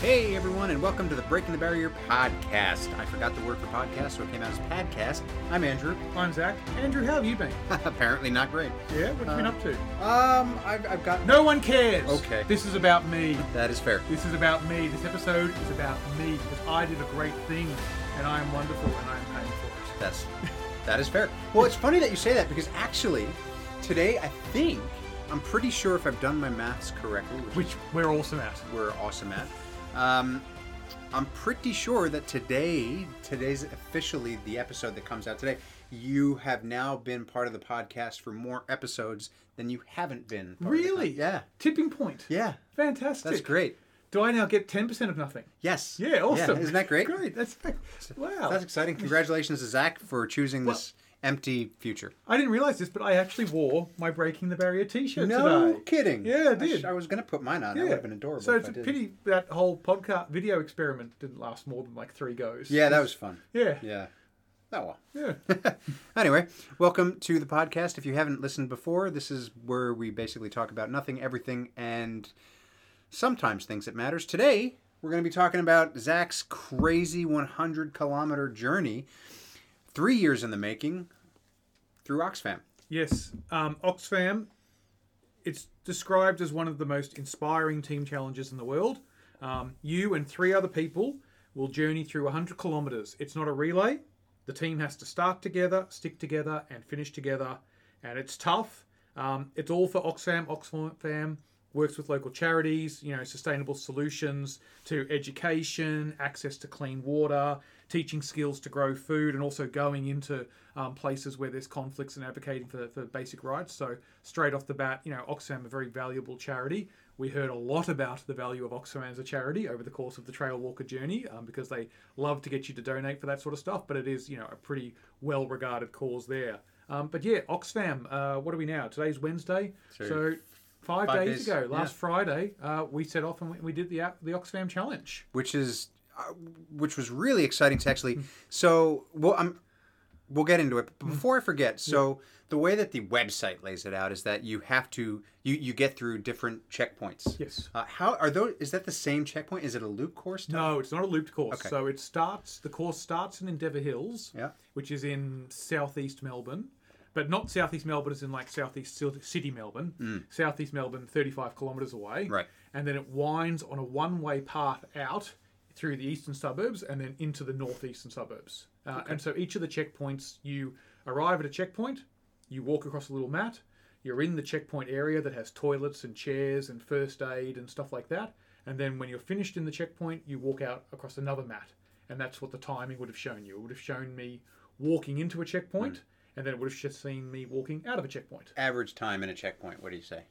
Hey everyone, and welcome to the Breaking the Barrier podcast. I forgot the word for podcast, so it came out as podcast. I'm Andrew. I'm Zach. Andrew, how have you been? Apparently not great. Yeah, what have you been Um, up to? Um, I've, I've got No one cares. Okay. This is about me. That is fair. This is about me. This episode is about me because I did a great thing and I am wonderful and I am paying for That's that is fair. Well, it's funny that you say that because actually, today I think I'm pretty sure if I've done my maths correctly, it. which, Which we're awesome at. we're awesome at. Um, I'm pretty sure that today, today's officially the episode that comes out today. You have now been part of the podcast for more episodes than you haven't been. part of the Really? con- yeah. Tipping point. Yeah. Fantastic. That's great. Do I now get 10% of nothing? Yes. Yeah, awesome. Isn't that great? Great. That's wow. That's exciting. Congratulations to Zach for choosing this empty future. I didn't realize this, but I actually wore my Breaking the Barrier t-shirt No today. kidding. Yeah, I did. sh- I was going to put mine on. That would have been adorable. So if it's I a did. pity that whole podcast video experiment didn't last more than like three goes. Yeah, that was fun. Yeah. Yeah. Oh well. Yeah. Anyway, welcome to the podcast. If you haven't listened before, this is where we basically talk about nothing, everything, and sometimes things that matters. Today, we're going to be talking about Zach's crazy 100 kilometer journey, three years in the making, through Oxfam. yes. Um, Oxfam, it's described as one of the most inspiring team challenges in the world. Um, you and three other people will journey through 100 kilometres. It's not a relay. The team has to start together, stick together, and finish together. And it's tough. Um, it's all for Oxfam. Oxfam works with local charities, you know, sustainable solutions to education, access to clean water, teaching skills to grow food, and also going into um, places where there's conflicts and advocating for, for basic rights. So straight off the bat, you know, Oxfam are a very valuable charity. We heard a lot about the value of Oxfam as a charity over the course of the Trail Walker journey um, because they love to get you to donate for that sort of stuff. But it is, you know, a pretty well-regarded cause there. Um, but yeah, Oxfam. Uh, what are we now? Today's Wednesday, so, five, five days, days, ago, last yeah. Friday, uh, we set off and we, we did the the Oxfam challenge. which is uh, which was really exciting to actually. So, well, I'm we'll get into it. But before I forget, so the way that the website lays it out is that you have to you you get through different checkpoints. Yes. Uh, how are those? Is that the same checkpoint? Is it a loop course? type? No, it's not a looped course. Okay. So it starts. The course starts in Endeavour Hills, Yeah. which is in southeast Melbourne, but not southeast Melbourne. It's in like southeast ci- city Melbourne. Southeast Melbourne, thirty-five kilometres away. Right. And then it winds on a one-way path out through the eastern suburbs and then into the northeastern suburbs. Uh, And so each of the checkpoints, you arrive at a checkpoint, you walk across a little mat, you're in the checkpoint area that has toilets and chairs and first aid and stuff like that. And then when you're finished in the checkpoint, you walk out across another mat. And that's what the timing would have shown you. It would have shown me walking into a checkpoint, and then it would have just seen me walking out of a checkpoint. Average time in a checkpoint. What do you say?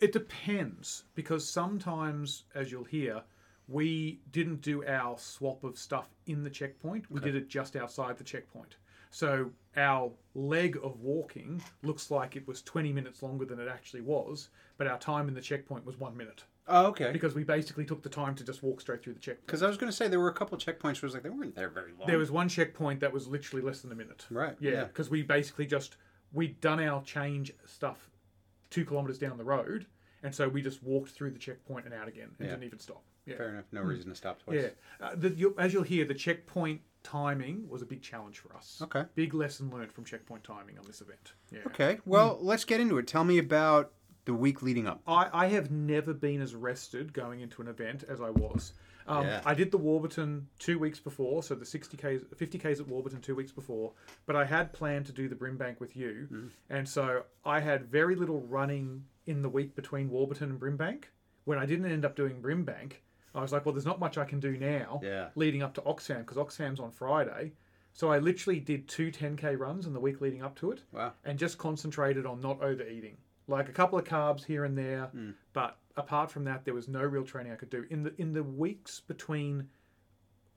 It depends because sometimes, as you'll hear, we didn't do our swap of stuff in the checkpoint. We did it just outside the checkpoint. So our leg of walking looks like it was 20 minutes longer than it actually was, but our time in the checkpoint was one minute Oh, okay. because we basically took the time to just walk straight through the checkpoint. Because I was going to say there were a couple checkpoints where I was like they weren't there very long. There was one checkpoint that was literally less than a minute. Right, Yeah. yeah. Because we basically just we'd done our change stuff two kilometers down the road, and so we just walked through the checkpoint and out again, and Yeah. didn't even stop. Yeah. fair enough. No reason to stop twice. Hmm. Yeah. Uh, the, you, as you'll hear, the checkpoint timing was a big challenge for us. Okay. Big lesson learned from checkpoint timing on this event. Yeah. Okay. Well, let's get into it. Tell me about the week leading up. I, I have never been as rested going into an event as I was. Um, Yeah. I did the Warburton two weeks before, so the 60Ks, 50Ks at Warburton two weeks before, but I had planned to do the Brimbank with you. Mm. And so I had very little running in the week between Warburton and Brimbank. When I didn't end up doing Brimbank, I was like, well, there's not much I can do now Yeah. leading up to Oxfam because Oxfam's on Friday. So I literally did two 10K runs in the week leading up to it Wow. and just concentrated on not overeating. Like a couple of carbs here and there, but apart from that, there was no real training I could do in the in the weeks between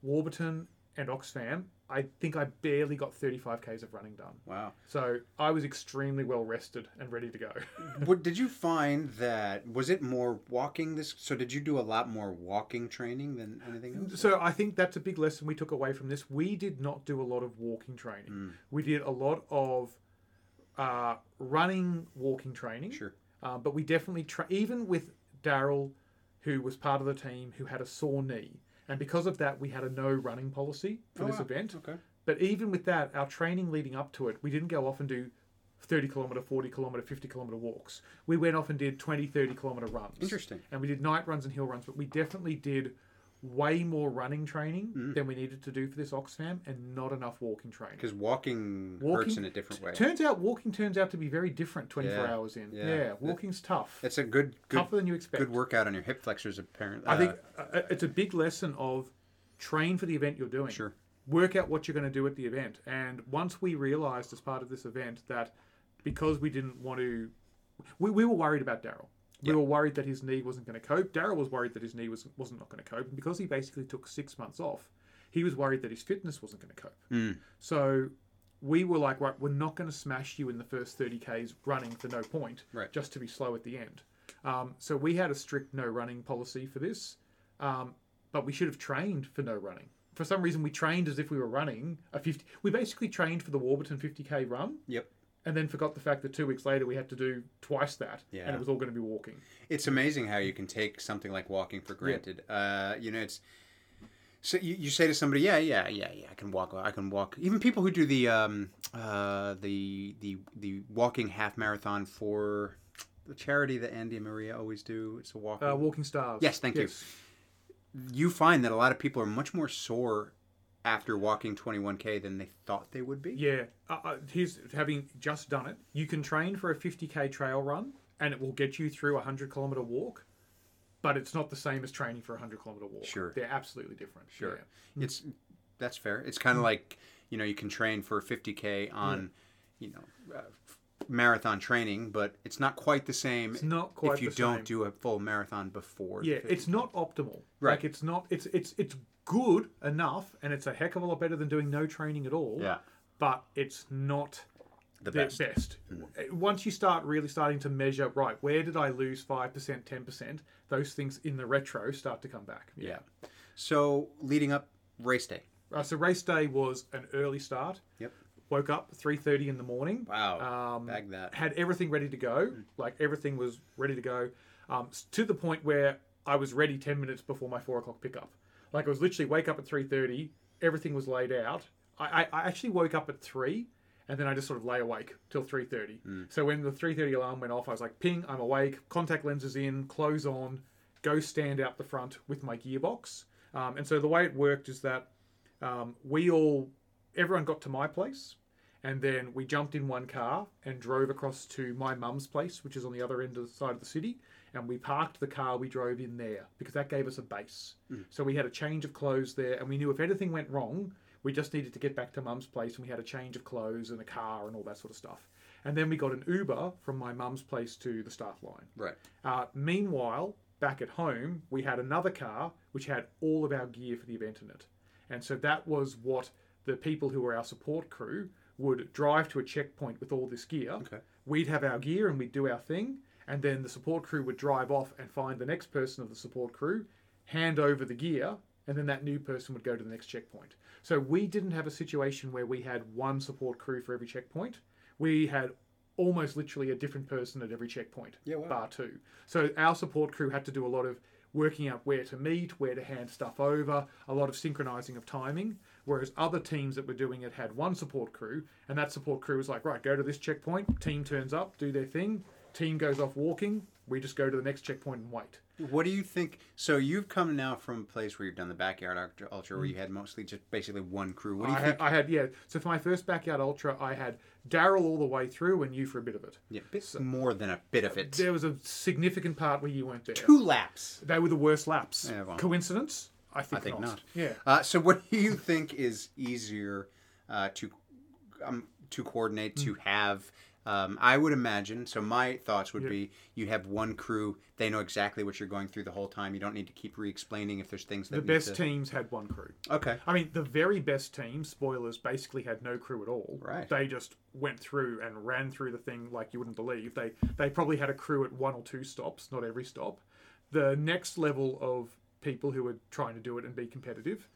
Warburton and Oxfam. I think I barely got 35 k's of running done, Wow. so I was extremely well rested and ready to go. What did you find that was it more walking this? So did you do a lot more walking training than anything else? So I think that's a big lesson we took away from this. We did not do a lot of walking training. We did a lot of uh, running, walking training. Sure. Uh, but we definitely, tra- even with Daryl, who was part of the team who had a sore knee. And because of that, we had a no running policy for Oh, this wow. event. Okay. But even with that, our training leading up to it, we didn't go off and do 30 kilometer, 40 kilometer, 50 kilometer walks. We went off and did 20, 30 kilometer runs. Interesting. And we did night runs and hill runs, but we definitely did way more running training Hmm. than we needed to do for this Oxfam and not enough walking training. Because walking, hurts Walking- in a different way. Turns out walking turns out to be very different 24 Yeah, hours in. yeah. Yeah, walking's tough. It's a good good Tougher than you expect. good workout on your hip flexors apparently. I think uh, it's a big lesson of train for the event you're doing. Sure. Work out what you're going to do at the event. And once we realized as part of this event that because we didn't want to, we, we were worried about Daryl. We were worried that his knee wasn't going to cope. Daryl was worried that his knee was, wasn't not going to cope. And because he basically took six months off, he was worried that his fitness wasn't going to cope. Hmm. So we were like, right, we're not going to smash you in the first 30 Ks running for no point, Right. just to be slow at the end. Um, so we had a strict no running policy for this, um, but we should have trained for no running. For some reason, we trained as if we were running a 50. We basically trained for the Warburton 50K run yep. and then forgot the fact that two weeks later we had to do twice that and Yeah. it was all going to be walking. It's amazing how you can take something like walking for granted. Uh, you know, it's so you, you say to somebody, yeah, yeah, yeah, yeah, I can walk, I can walk. Even people who do the um, uh, the the the walking half marathon for the charity that Andy and Maria always do. It's a walking. Uh, walking Stars. Yes, thank you. you find that a lot of people are much more sore after walking 21k than they thought they would be. Yeah, uh, uh, here's having just done it. You can train for a 50k trail run, and it will get you through a 100 kilometer walk, but it's not the same as training for a 100 kilometer walk. Sure. they're absolutely different. Sure. Mm. It's that's fair. It's kind of like you know you can train for 50k on you know uh, f- marathon training, but it's not quite the same. It's not quite if you the don't same. do a full marathon before. the Yeah, 50. it's not optimal. Right. Like it's not. It's it's it's good enough, and it's a heck of a lot better than doing no training at all. Yeah. but it's not the the best. Mm. best. Once you start really starting to measure, right, where did I lose five percent, ten percent? Those things in the retro start to come back. Yeah. So leading up race day. Uh, so race day was an early start. Yep. Woke up three thirty in the morning. Wow. Um, Bag that. Had everything ready to go. Like everything was ready to go, um, s- to the point where I was ready ten minutes before my four o'clock pickup. Like I was literally wake up at three thirty. Everything was laid out. I, I, I actually woke up at three, and then I just sort of lay awake till three thirty. So when the three thirty alarm went off, I was like, "Ping! I'm awake. Contact lenses in. Clothes on. Go stand out the front with my gearbox." Um, and so the way it worked is that um, we all everyone got to my place and then we jumped in one car and drove across to my mum's place which is on the other end of the side of the city and we parked the car we drove in there because that gave us a base so we had a change of clothes there and we knew if anything went wrong we just needed to get back to mum's place and we had a change of clothes and a car and all that sort of stuff and then we got an uber from my mum's place to the start line Right. uh, meanwhile, back at home, we had another car which had all of our gear for the event in it. And so that was what the people who were our support crew would drive to a checkpoint with all this gear. Okay. We'd have our gear and we'd do our thing. And then the support crew would drive off and find the next person of the support crew, hand over the gear, and then that new person would go to the next checkpoint. So we didn't have a situation where we had one support crew for every checkpoint. We had almost literally a different person at every checkpoint Yeah, wow. bar two. So our support crew had to do a lot of working out where to meet, where to hand stuff over, a lot of synchronizing of timing. Whereas other teams that were doing it had one support crew, and that support crew was like, right, go to this checkpoint. Team turns up, do their thing. Team goes off walking. We just go to the next checkpoint and wait. What do you think? So you've come now from a place where you've done the backyard ultra, ultra where you had mostly just basically one crew. What do you Mm. I think? had, I had, yeah. So for my first backyard ultra, I had Daryl all the way through, and you for a bit of it. yeah, bit more than a bit of it. There was a significant part where you weren't there. Two laps. They were the worst laps. Yeah, well. Coincidence? I think, I think not. Yeah. Uh, so, what do you think is easier uh, to um, to coordinate Mm. to have? Um, I would imagine. So, my thoughts would be: you have one crew; they know exactly what you're going through the whole time. You don't need to keep re-explaining if there's things that The need best to- teams had one crew. Okay, I mean, the very best team, spoilers, basically had no crew at all. Right. They just went through and ran through the thing like you wouldn't believe. They they probably had a crew at one or two stops, not every stop. The next level of people who were trying to do it and be competitive,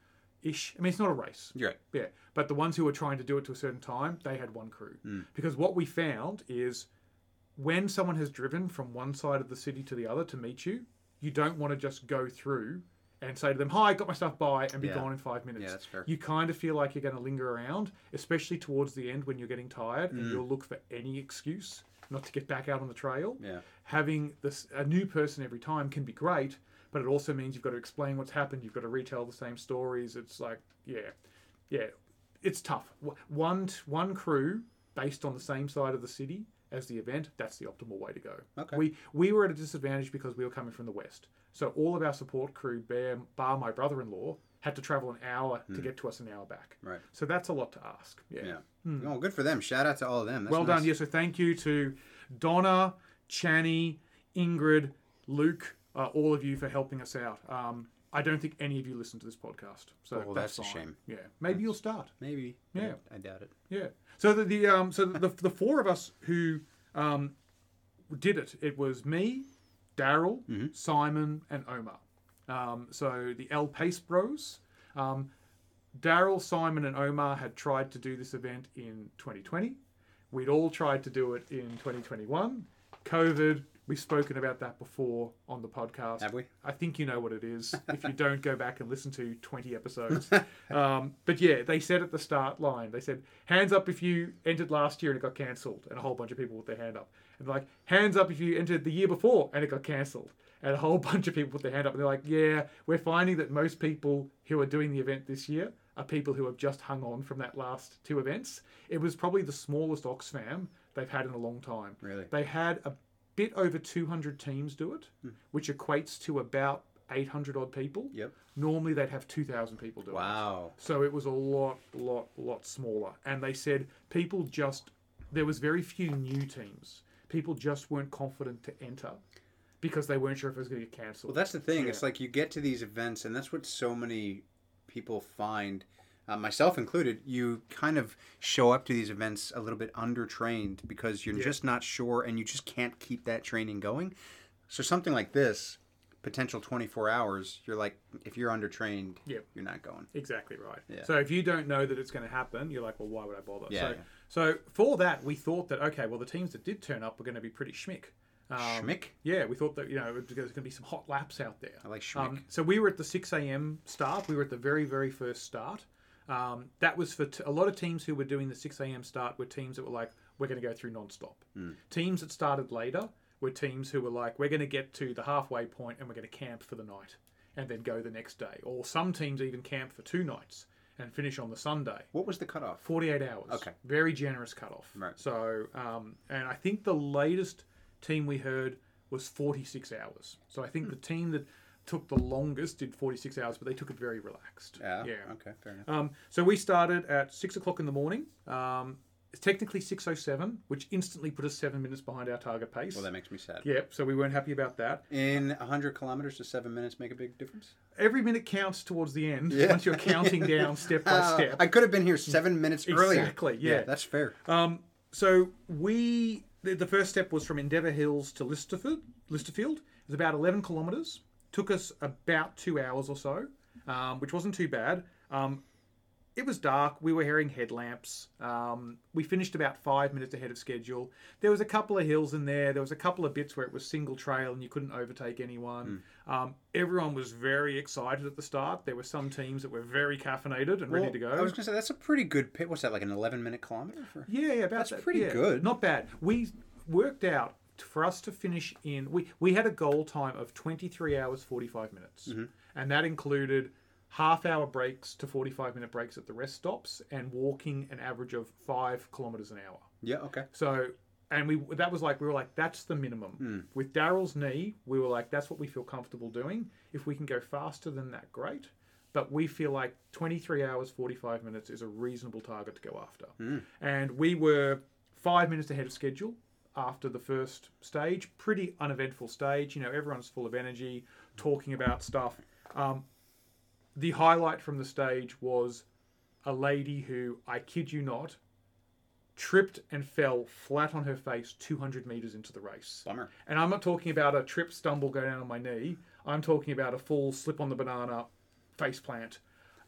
ish. I mean, it's not a race. you're right. Yeah, but the ones who were trying to do it to a certain time, they had one crew. Hmm. Because what we found is when someone has driven from one side of the city to the other to meet you, you don't want to just go through and say to them, "Hi, got my stuff by," and be Yeah. gone in five minutes. Yeah, that's fair. You kind of feel like you're going to linger around, especially towards the end when you're getting tired, Hmm. and you'll look for any excuse not to get back out on the trail. Yeah. Having this a new person every time can be great, but it also means you've got to explain what's happened. You've got to retell the same stories. It's like, yeah, yeah, it's tough. W- One one crew based on the same side of the city as the event. That's the optimal way to go. Okay. We we were at a disadvantage because we were coming from the west. So all of our support crew, bar, bar my brother-in-law, had to travel an hour to get to us an hour back. Hmm. Right. So that's a lot to ask. Yeah. Yeah. Oh, good for them. Shout out to all of them. That's Hmm. Well nice. done. Yeah. So thank you to Donna, Chani, Ingrid, Luke, uh, all of you for helping us out. Um, I don't think any of you listen to this podcast. So Oh, Well, that's, that's a fine. shame. Yeah. Maybe you'll start. Maybe. Yeah. I doubt it. Yeah. So the, the um so the the four of us who um did it, it was me, Daryl, Mm-hmm. Simon, and Omar. Um, so the El Pace Bros. Um, Daryl, Simon, and Omar had tried to do this event in 2020. We'd all tried to do it in 2021. COVID. We've spoken about that before on the podcast. Have we? I think you know what it is if you don't go back and listen to 20 episodes. Um, but yeah, they said at the start line, they said, hands up if you entered last year and it got cancelled. And a whole bunch of people with their hand up. And like, hands up if you entered the year before and it got cancelled. And a whole bunch of people put their hand up. And they're like, yeah, we're finding that most people who are doing the event this year are people who have just hung on from that last two events. It was probably the smallest Oxfam they've had in a long time. Really? They had a bit over 200 teams do it, Hmm. which equates to about 800 odd people. Yep. Normally they'd have 2,000 people do it. Wow. So it was a lot, lot, lot smaller. And they said people just, there was very few new teams. People just weren't confident to enter because they weren't sure if it was going to get cancelled. Well, that's the thing. Yeah. It's like you get to these events, and that's what so many people find, uh, myself included. You kind of show up to these events a little bit undertrained because you're just not sure, and you just can't keep that training going. So something like this, potential 24 hours, you're like, if you're undertrained, Yep. you're not going. Exactly right. Yeah. So if you don't know that it's going to happen, you're like, well, why would I bother? Yeah, so, yeah. so for that, we thought that okay, well, the teams that did turn up were going to be pretty schmick. Um, Schmick, Yeah, we thought that you know there's going to be some hot laps out there. I like Schmick. Um, so we were at the 6 a.m. start. We were at the very, very first start. Um, that was for t- a lot of teams who were doing the 6 a.m. start were teams that were like, we're going to go through nonstop. Hmm. Teams that started later were teams who were like, we're going to get to the halfway point and we're going to camp for the night and then go the next day. Or some teams even camp for two nights and finish on the Sunday. what was the cutoff? 48 hours. Okay. Very generous cutoff. Right. So, um, and I think the latest team we heard was 46 hours. So I think the team that took the longest did 46 hours, but they took it very relaxed. Yeah. Yeah. Ah, Okay. Fair enough. Um, so we started at six o'clock in the morning. Um, it's technically 6.07, which instantly put us seven minutes behind our target pace. Well, that makes me sad. Yep. So we weren't happy about that. In 100 kilometers to seven minutes, make a big difference. Every minute counts towards the end Yeah. once you're counting down step by Uh, step. I could have been here seven minutes earlier. Exactly, yeah. That's fair. Um, so we the, the first step was from Endeavour Hills to Listerford, Listerfield. It was about eleven kilometres. Took us about two hours or so, um, which wasn't too bad. Um, it was dark. We were hearing headlamps. Um, we finished about five minutes ahead of schedule. There was a couple of hills in there. There was a couple of bits where it was single trail and you couldn't overtake anyone. Hmm. Um, everyone was very excited at the start. There were some teams that were very caffeinated and ready to go. I was gonna say that's a pretty good pit. What's that like an eleven minute kilometer? For? Yeah, yeah, about that's pretty good. Not bad. We worked out t- for us to finish in. We we had a goal time of twenty three hours forty five minutes, Mm-hmm. and that included half hour breaks to forty five minute breaks at the rest stops, and walking an average of five kilometers an hour. Yeah. Okay. So, and we that was like we were like that's the minimum. Hmm. With Daryl's knee, we were like that's what we feel comfortable doing. If we can go faster than that, great. But we feel like 23 hours 45 minutes is a reasonable target to go after. And we were five minutes ahead of schedule after the first stage. Pretty uneventful stage. You know, everyone's full of energy, talking about stuff. Um, the highlight from the stage was a lady who, I kid you not, tripped and fell flat on her face 200 meters into the race. Bummer. And I'm not talking about a trip, stumble, go down on my knee. I'm talking about a full slip on the banana, face plant,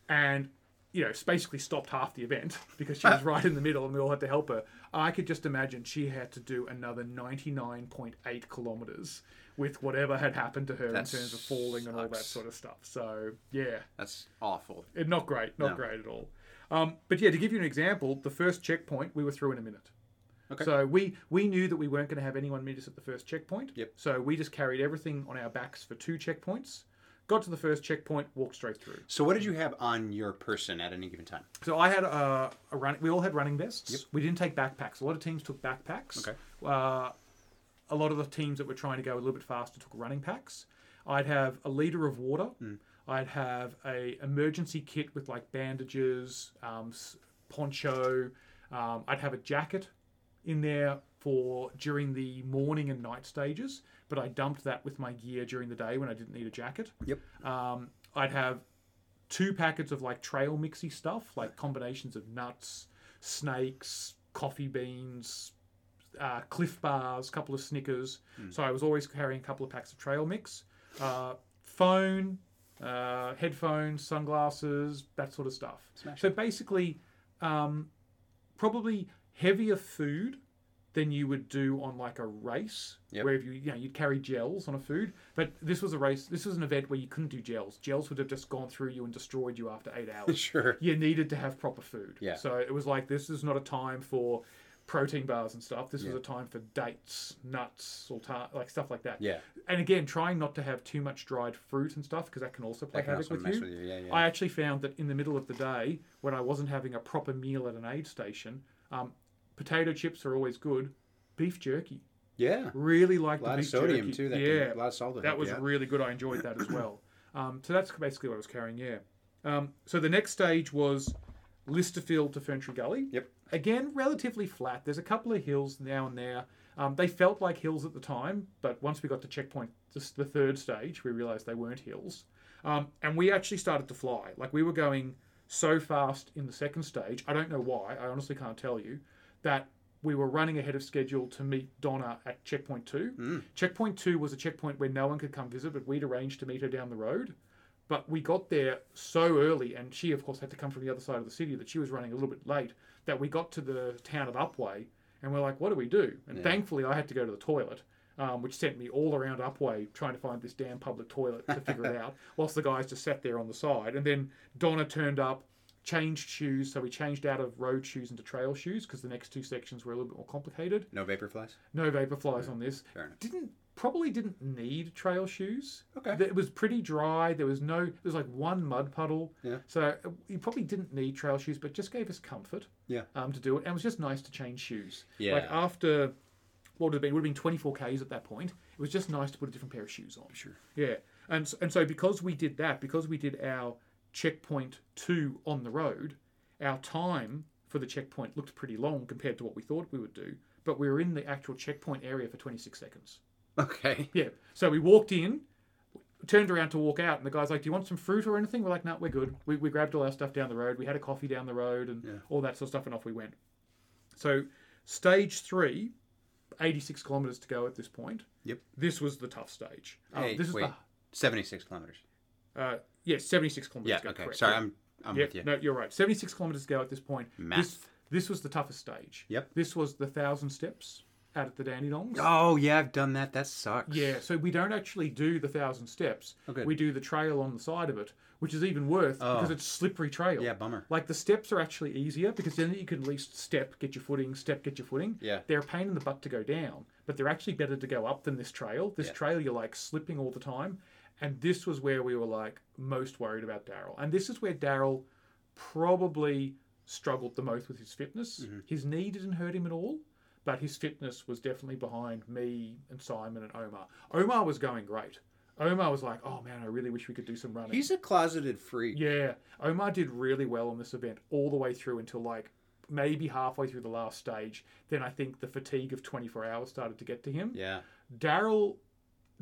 and you know, it's basically stopped half the event because she Uh. was right in the middle, and we all had to help her. I could just imagine she had to do another 99.8 kilometers with whatever had happened to her That in terms of falling and all that sucks. sort of stuff. So yeah, That's awful. it, not great, not No. great at all. Um, but yeah, to give you an example, the first checkpoint we were through in a minute. Okay. So we we knew that we weren't going to have anyone meet us at the first checkpoint. Yep. So we just carried everything on our backs for two checkpoints. Got to the first checkpoint, walked straight through. So, what did you have on your person at any given time? So I had uh, a run. We all had running vests. We didn't take backpacks. A lot of teams took backpacks. Okay. Uh, a lot of the teams that were trying to go a little bit faster took running packs. I'd have a liter of water. I'd have a emergency kit with like bandages, um, s- poncho. Um, I'd have a jacket in there for during the morning and night stages, but I dumped that with my gear during the day when I didn't need a jacket. Yep. Um, I'd have two packets of like trail mixy stuff, like combinations of nuts, snakes, coffee beans, uh, Cliff bars, couple of Snickers. So I was always carrying a couple of packs of trail mix, uh, phone, uh, headphones, sunglasses, that sort of stuff. So basically, um, probably heavier food than you would do on like a race Yep. where if you you know you'd carry gels on a food but this was a race this was an event where you couldn't do gels gels would have just gone through you and destroyed you after eight hours Sure. you needed to have proper food Yeah. so it was like this is not a time for protein bars and stuff this was a time for dates nuts sultan like stuff like that Yeah. and again trying not to have too much dried fruit and stuff because that can also play I can havoc also with mess you with you. Yeah, yeah. I actually found that in the middle of the day, when I wasn't having a proper meal at an aid station, um, potato chips are always good. Beef jerky, yeah. really like A the lot of beef sodium jerky. too. That yeah, can, a lot of salt. will that help was you out. really good. I enjoyed that as well. Um, so that's basically what I was carrying. Yeah. Um, so the next stage was Listerfield to Ferntree Gully. Yep. Again, relatively flat. There's a couple of hills now and there. Um, they felt like hills at the time, but once we got to checkpoint, just the third stage, we realised they weren't hills. Um, and we actually started to fly. Like we were going so fast in the second stage. I don't know why. I honestly can't tell you that we were running ahead of schedule to meet Donna at checkpoint two. Mm. Checkpoint two was a checkpoint where no one could come visit, but we'd arranged to meet her down the road. But we got there so early, and she, of course, had to come from the other side of the city that she was running a little bit late, that we got to the town of Upway, and we're like, what do we do? And thankfully, I had to go to the toilet, um, which sent me all around Upway trying to find this damn public toilet to figure it out, whilst the guys just sat there on the side. And then Donna turned up, changed shoes, so we changed out of road shoes into trail shoes because the next two sections were a little bit more complicated. No vapor flies. No vapor flies on this. Fair enough. Didn't probably didn't need trail shoes. Okay. Th- It was pretty dry. There was no. There was like one mud puddle. Yeah. So uh, you probably didn't need trail shoes, but just gave us comfort. Yeah. Um, to do it, and it was just nice to change shoes. Like Yeah. after what would have been would have been twenty four k's at that point. It was just nice to put a different pair of shoes on. Sure. Yeah. And s- and so because we did that, because we did our checkpoint two on the road, our time for the checkpoint looked pretty long compared to what we thought we would do. But we were in the actual checkpoint area for 26 seconds. Okay. Yeah. So we walked in, turned around to walk out, and the guy's like, "Do you want some fruit or anything?" We're like, "No, we're good." We, we grabbed all our stuff down the road. We had a coffee down the road and all that sort of stuff, and off we went. So, stage three, 86 kilometers to go at this point. Yep. This was the tough stage. Um, Hey, this is wait. the Seventy-six kilometers. uh, yes, 76 kilometers. Yeah. to go, Okay. correct. Sorry, Yeah. I'm I'm Yeah, with you. No, you're right. 76 kilometers to go at this point. This, Math. this was the toughest stage. Yep. This was the thousand steps out at the Dandenongs. Oh yeah, I've done that. That sucks. Yeah, so we don't actually do the thousand steps. Oh, good. Oh. We do the trail on the side of it, which is even worse because it's slippery trail. Yeah, bummer. Like the steps are actually easier because then you can at least step, get your footing, step, get your footing. Yeah. They're a pain in the butt to go down, but they're actually better to go up than this trail. This trail you're like slipping all the time. And this was where we were like most worried about Daryl. And this is where Daryl probably struggled the most with his fitness. His knee didn't hurt him at all, but his fitness was definitely behind me and Simon and Omar. Omar was going great. Omar was like, oh man, I really wish we could do some running. He's a closeted freak. Yeah, Omar did really well on this event all the way through until like maybe halfway through the last stage. Then I think the fatigue of 24 hours started to get to him. Yeah. Daryl,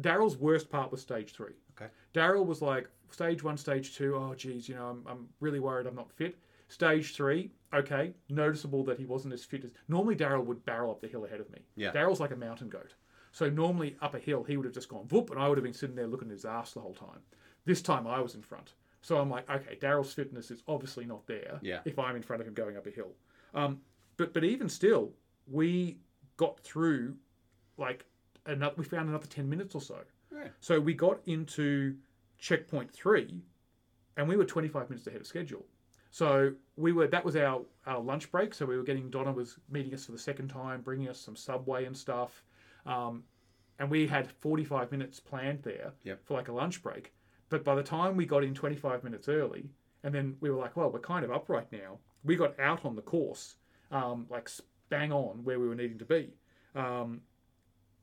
Daryl's worst part was stage three. Okay. Daryl was like stage one, stage two. Oh, geez, you know, I'm, I'm really worried I'm not fit. Stage three, okay, noticeable that he wasn't as fit as normally. Daryl would barrel up the hill ahead of me. Yeah. Daryl's like a mountain goat. So normally up a hill he would have just gone whoop, and I would have been sitting there looking at his ass the whole time. This time I was in front, so I'm like, okay, Daryl's fitness is obviously not there. Yeah. If I'm in front of him going up a hill, um, but but even still, we got through like another, we found another 10 minutes or so. Right. So we got into checkpoint three, and we were 25 minutes ahead of schedule. So we were that was our, our lunch break. So we were getting Donna was meeting us for the second time, bringing us some subway and stuff, um, and we had 45 minutes planned there Yep. for like a lunch break. But by the time we got in 25 minutes early, and then we were like, well, we're kind of up right now. We got out on the course, um, like s- bang on where we were needing to be. Um,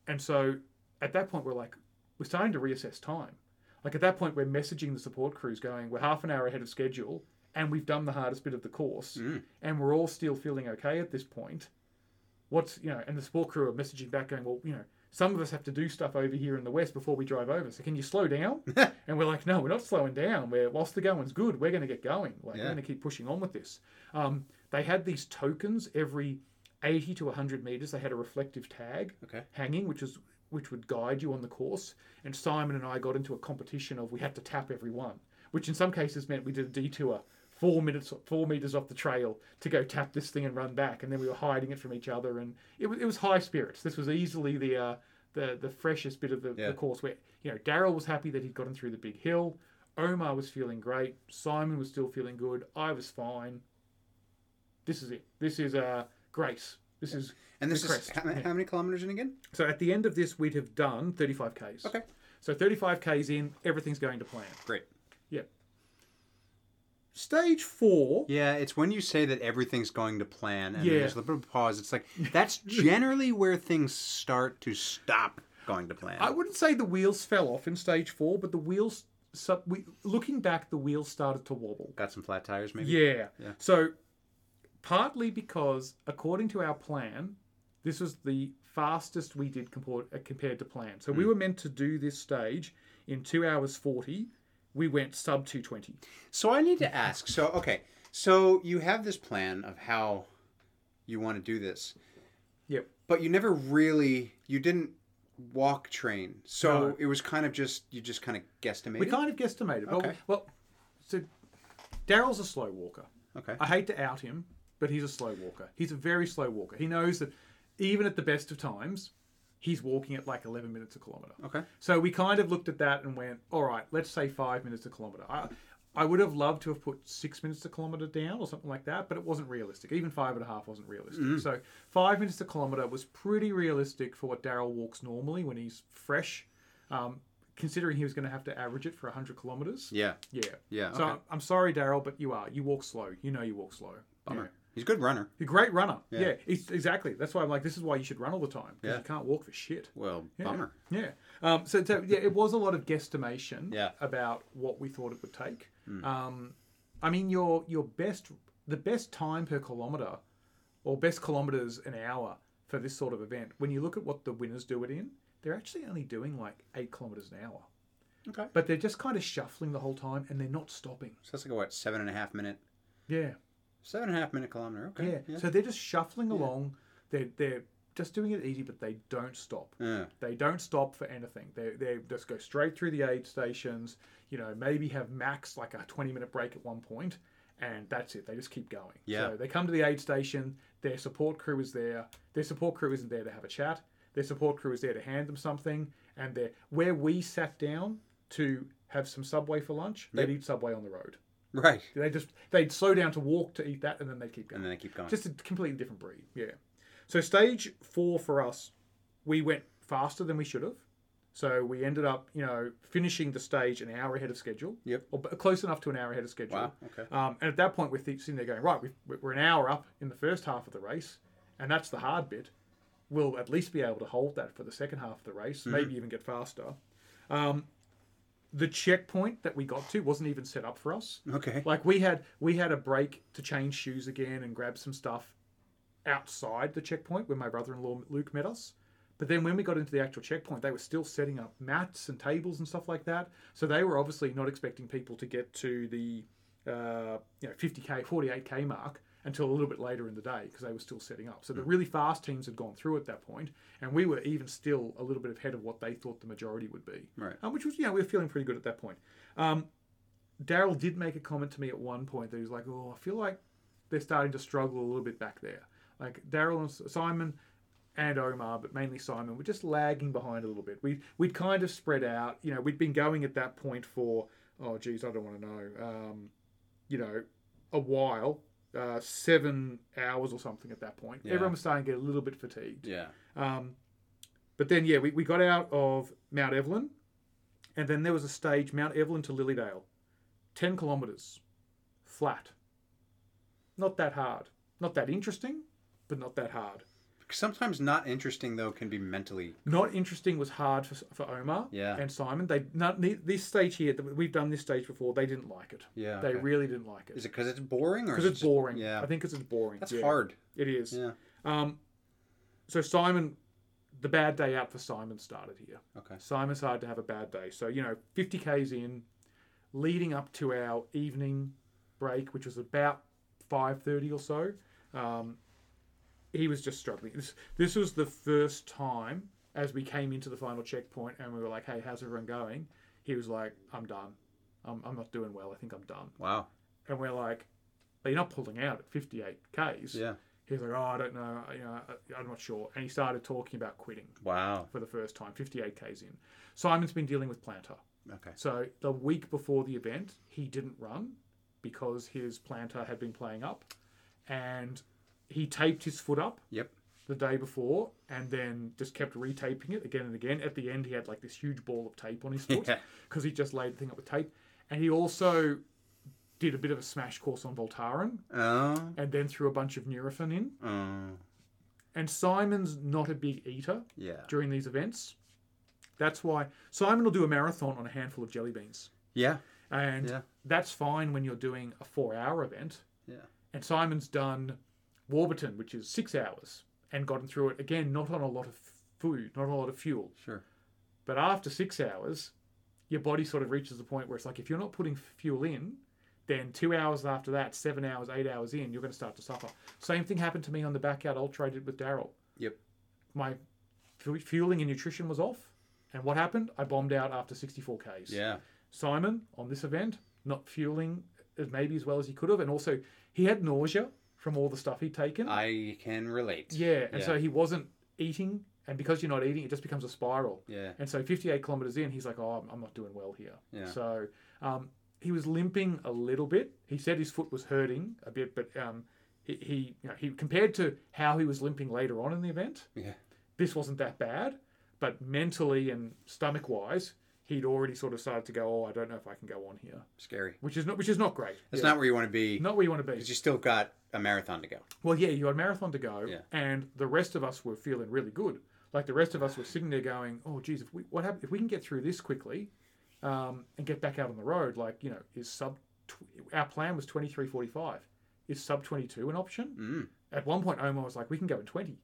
and so at that point, we're like, we're starting to reassess time. Like at that point, we're messaging the support crews going, we're half an hour ahead of schedule and we've done the hardest bit of the course Mm. and we're all still feeling okay at this point. What's, you know, and the support crew are messaging back going, well, you know, some of us have to do stuff over here in the West before we drive over. So can you slow down? and we're like, no, we're not slowing down. We're, whilst the going's good, we're going to get going. Like, Yeah. we're going to keep pushing on with this. Um, they had these tokens every 80 to 100 meters. They had a reflective tag Okay. hanging, which was which would guide you on the course. And Simon and I got into a competition of we had to tap every one, which in some cases meant we did a detour four minutes four meters off the trail to go tap this thing and run back, and then we were hiding it from each other, and it was it was high spirits. This was easily the uh, the the freshest bit of the, Yeah. the course where you know Daryl was happy that he'd gotten through the big hill. Omar was feeling great. Simon was still feeling good. I was fine. This is it. This is uh, grace. This is And this The is crest, how, ma- yeah. how many kilometers in again? so at the end of this, we'd have done 35 Ks. Okay. So 35 Ks in, everything's going to plan. Great. Yep. Stage four. Yeah, it's when you say that everything's going to plan and Yeah. there's a little bit of pause. It's like that's generally where things start to stop going to plan. I wouldn't say the wheels fell off in stage four, but the wheels, so we, looking back, the wheels started to wobble. Got some flat tires, maybe. Yeah. Yeah. So partly because, according to our plan, this was the fastest we did compor- uh, compared to plan. So Hmm. we were meant to do this stage in two hours 40. We went sub 220. So I need to ask. So okay, so you have this plan of how you want to do this, Yep. but you never really you didn't walk train. So No. it was kind of just you just kind of guesstimated. We kind of guesstimated. Well, Okay. well so Daryl's a slow walker. okay. I hate to out him, but he's a slow walker. He's a very slow walker. He knows that even at the best of times, he's walking at like 11 minutes a kilometre. okay. So we kind of looked at that and went, all right, let's say five minutes a kilometre. I, I would have loved to have put six minutes a kilometre down or something like that, but it wasn't realistic. Even five and a half wasn't realistic. Mm. So five minutes a kilometre was pretty realistic for what Daryl walks normally when he's fresh, um, considering he was going to have to average it for 100 kilometres. Yeah. Yeah. Yeah. So okay. I'm- I'm sorry, Daryl, but you are. You walk slow. You know you walk slow. Bummer. Yeah. He's a good runner. You're a great runner. Yeah. Yeah. it's- exactly. That's why I'm like, this is why you should run all the time because Yeah. you can't walk for shit. Well, Yeah. bummer. Yeah. Um, so, so yeah, it was a lot of guesstimation Yeah. Hmm. about what we thought it would take. Um, I mean, your your best the best time per kilometer, or best kilometers an hour for this sort of event. When you look at what the winners do it in, they're actually only doing like eight kilometers an hour, Okay. but they're just kind of shuffling the whole time and they're not stopping. So that's like a what seven and a half minute, Yeah. seven and a half minute kilometer. Yeah. Okay. Yeah. So they're just shuffling along. They're they're just doing it easy, but they don't stop. Yeah. They don't stop for anything. They they just go straight through the aid stations. You know, maybe have max like a twenty minute break at one point, and that's it. They just keep going. Yeah. So they come to the aid station. Their support crew is there. Their support crew isn't there to have a chat. Their support crew is there to hand them something. And they're where we sat down to have some subway for lunch. Yep. They'd eat subway on the road. Right. They just they'd slow down to walk to eat that, and then they would keep going. And then they keep going. Just a completely different breed, yeah. So stage four for us, we went faster than we should have. So we ended up, you know, finishing the stage an hour ahead of schedule. Yep. Or b- close enough to an hour ahead of schedule. Wow, okay. Um, and at that point, we're th- sitting there going, right, we've, we're an hour up in the first half of the race, and that's the hard bit. We'll at least be able to hold that for the second half of the race, Mm-hmm. maybe even get faster. Um, the checkpoint that we got to wasn't even set up for us. okay. Like we had we had a break to change shoes again and grab some stuff outside the checkpoint where my brother-in-law Luke met us. But then when we got into the actual checkpoint, they were still setting up mats and tables and stuff like that. So they were obviously not expecting people to get to the uh, you know 50k, 48k mark until a little bit later in the day because they were still setting up. So the really fast teams had gone through at that point, and we were even still a little bit ahead of what they thought the majority would be. Right. Um, which was you know we were feeling pretty good at that point. Um, Daryl did make a comment to me at one point that he was like, "Oh, I feel like they're starting to struggle a little bit back there." Like Daryl and S- Simon and Omar, but mainly Simon, were just lagging behind a little bit. We we'd kind of spread out. You know, we'd been going at that point for oh geez, I don't want to know. Um, you know, a while, uh, seven hours or something at that point. Yeah. Everyone was starting to get a little bit fatigued. Yeah. Um, but then yeah, we, we got out of Mount Evelyn, and then there was a stage Mount Evelyn to Lilydale, ten kilometers, flat. Not that hard. Not that interesting, but not that hard. Sometimes not interesting though can be mentally. Not interesting was hard for, for Omar Yeah. and Simon. They not, ne- this stage here that we've done this stage before. They didn't like it. Yeah. They okay. really didn't like it Is it because it's boring or? is because it it's just- boring. I Yeah. think 'cause it's boring. That's Yeah, hard. It is. Yeah. Um, so Simon, the bad day out for Simon started here. Okay. Simon started to have a bad day. So you know, 50 k's in, leading up to our evening break, which was about 5:30 or so. Um, he was just struggling. This, this was the first time as we came into the final checkpoint and we were like, "Hey, how's everyone going?" He was like, "I'm done. I'm, I'm not doing well. I think I'm done." Wow. And we're like, "But you're not pulling out at 58 k's." Yeah. He's like, "Oh, I don't know. You know, I, I'm not sure." And he started talking about quitting Wow. for the first time, 58 k's in. Simon's been dealing with plantar. Okay. So the week before the event, he didn't run because his plantar had been playing up, and he taped his foot up Yep. the day before, and then just kept retaping it again and again. At the end, he had like this huge ball of tape on his foot Yeah. because he just laid the thing up with tape, and he also did a bit of a smash course on Voltaren, Oh. and then threw a bunch of Nurofen in. Oh. And Simon's not a big eater Yeah. during these events. That's why Simon will do a marathon on a handful of jelly beans. Yeah. And Yeah. that's fine when you're doing a four hour event. Yeah. And Simon's done Warburton, which is six hours, and gotten through it again, not on a lot of food, not a lot of fuel. Sure. But after six hours, your body sort of reaches the point where it's like, if you're not putting fuel in, then two hours after that, seven hours, eight hours in, you're going to start to suffer. Same thing happened to me on the back out ultra I did with Daryl Yep. my fu- fueling and nutrition was off. And what happened? I bombed out after 64 Ks. Yeah. Simon, on this event, not fueling as maybe as well as he could have. And also, he had nausea from all the stuff he'd taken. I can relate. yeah. And yeah. so he wasn't eating. And because you're not eating, it just becomes a spiral. Yeah. And so 58 kilometers in, he's like, oh, I'm- I'm not doing well here. Yeah. So um, he was limping a little bit. He said his foot was hurting a bit, but um, he, he, you know, he compared to how he was limping later on in the event, Yeah. this wasn't that bad, but mentally and stomach wise, he'd already sort of started to go, oh, I don't know if I can go on here, Scary. which is not which is not great. That's Yeah. not where you want to be. not where you want to be. Because you still got a marathon to go. Well, yeah, you had a marathon to go, Yeah. and the rest of us were feeling really good. Like the rest of us were sitting there going, oh, geez, if we what happened, if we can get through this quickly, um, and get back out on the road, like you know, is sub tw- our plan was twenty three forty five. Is sub twenty two an option? Mm. at one point Omar was like, we can go in 20.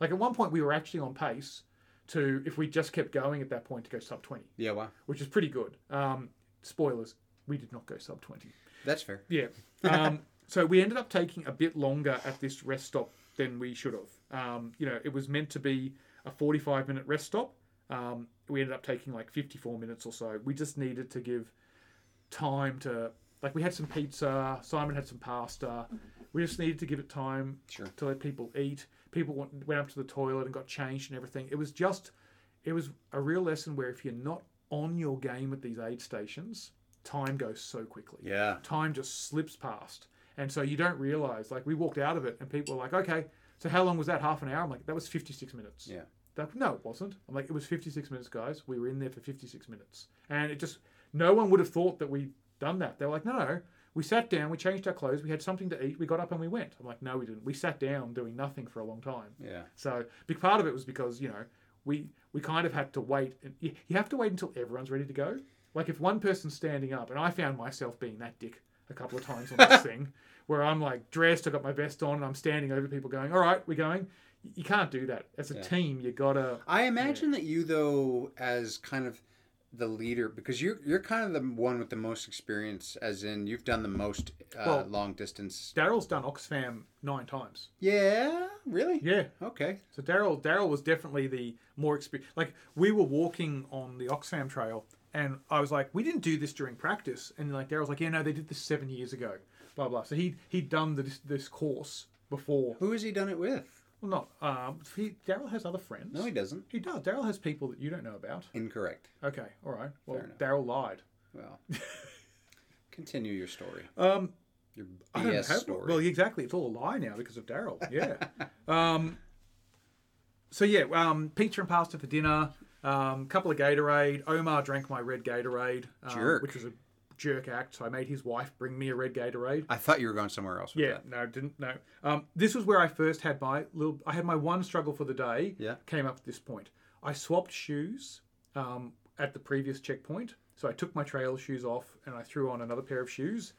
Like at one point we were actually on pace to, if we just kept going at that point, to go sub 20, Yeah. Wow. which is pretty good. Um, spoilers, we did not go sub 20. That's fair. Yeah. Um, so we ended up taking a bit longer at this rest stop than we should have. Um, you know, it was meant to be a 45 minute rest stop. Um, we ended up taking like 54 minutes or so. We just needed to give time to, like, we had some pizza, Simon had some pasta. We just needed to give it time Sure. to let people eat. People went, went up to the toilet and got changed and everything. It was just, it was a real lesson where if you're not on your game at these aid stations, time goes so quickly Yeah. time just slips past. And so you don't realize, like, we walked out of it and people were like, okay, so how long was that? Half an hour? I'm like, that was 56 minutes. Yeah. That, no, it wasn't. I'm like, it was 56 minutes, guys. We were in there for 56 minutes. And it just, no one would have thought that we'd done that. They were like, no, no. We sat down, we changed our clothes, we had something to eat, we got up and we went. I'm like, no, we didn't. We sat down doing nothing for a long time. Yeah. So big part of it was because you know we we kind of had to wait. And You you have to wait until everyone's ready to go. Like if one person's standing up, and I found myself being that dick a couple of times on this thing, where I'm like dressed, I got my vest on, and I'm standing over people, going, "All right, we're going." Y- You can't do that as a Yeah. team. You gotta. I imagine that you though, as kind of the leader, because you're you're kind of the one with the most experience, as in you've done the most uh, Well- long distance. Daryl's done Oxfam nine times. Yeah. Really. Yeah. Okay. So Daryl Daryl was definitely the more experienced. Like we were walking on the Oxfam Trail, and I was like, "We didn't do this during practice." And like Daryl's like, "Yeah, no, they did this seven years ago." Blah blah. So he he'd done this this course before. Who has he done it with? Well, not um, he, Daryl has other friends. No, he doesn't. He does. Daryl has people that you don't know about. Incorrect. Okay, all right. Well, enough. Daryl lied. Well, continue your story. Um, Your I don't BS have- story. Well, exactly. It's all a lie now because of Daryl. Yeah. um, so yeah, um, pizza and pasta for dinner. Um, couple of Gatorade. Omar drank my red Gatorade, um, Jerk. which was a jerk act. So I made his wife bring me a red Gatorade. I thought you were going somewhere else. With Yeah, no, didn't no. Um, this was where I first had my little. I had my one struggle for the day. Yeah. came up at this point. I swapped shoes um, at the previous checkpoint, so I took my trail shoes off and I threw on another pair of shoes.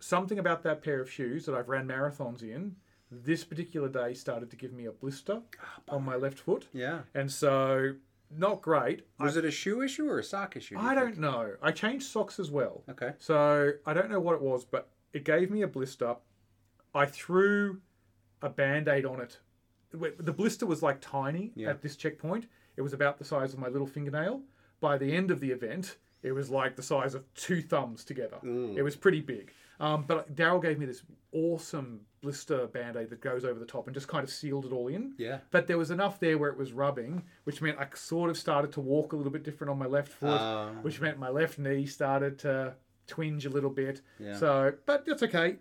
Something about that pair of shoes that I've ran marathons in. This particular day started to give me a blister Ah, on my left foot, That. Yeah. and so not great. Was it a shoe issue or a sock issue? do you I think? don't know. I changed socks as well. Okay. So I don't know what it was, but it gave me a blister. I threw a band aid on it. Wait, The blister was like tiny Yeah. at this checkpoint. It was about the size of my little fingernail. By the end of the event, it was like the size of two thumbs together. It was pretty big. Um, but Daryl gave me this awesome blister band aid that goes over the top and just kind of sealed it all in. Yeah. But there was enough there where it was rubbing, which meant I sort of started to walk a little bit different on my left foot, Um. which meant my left knee started to twinge a little bit. Yeah. So, but that's okay.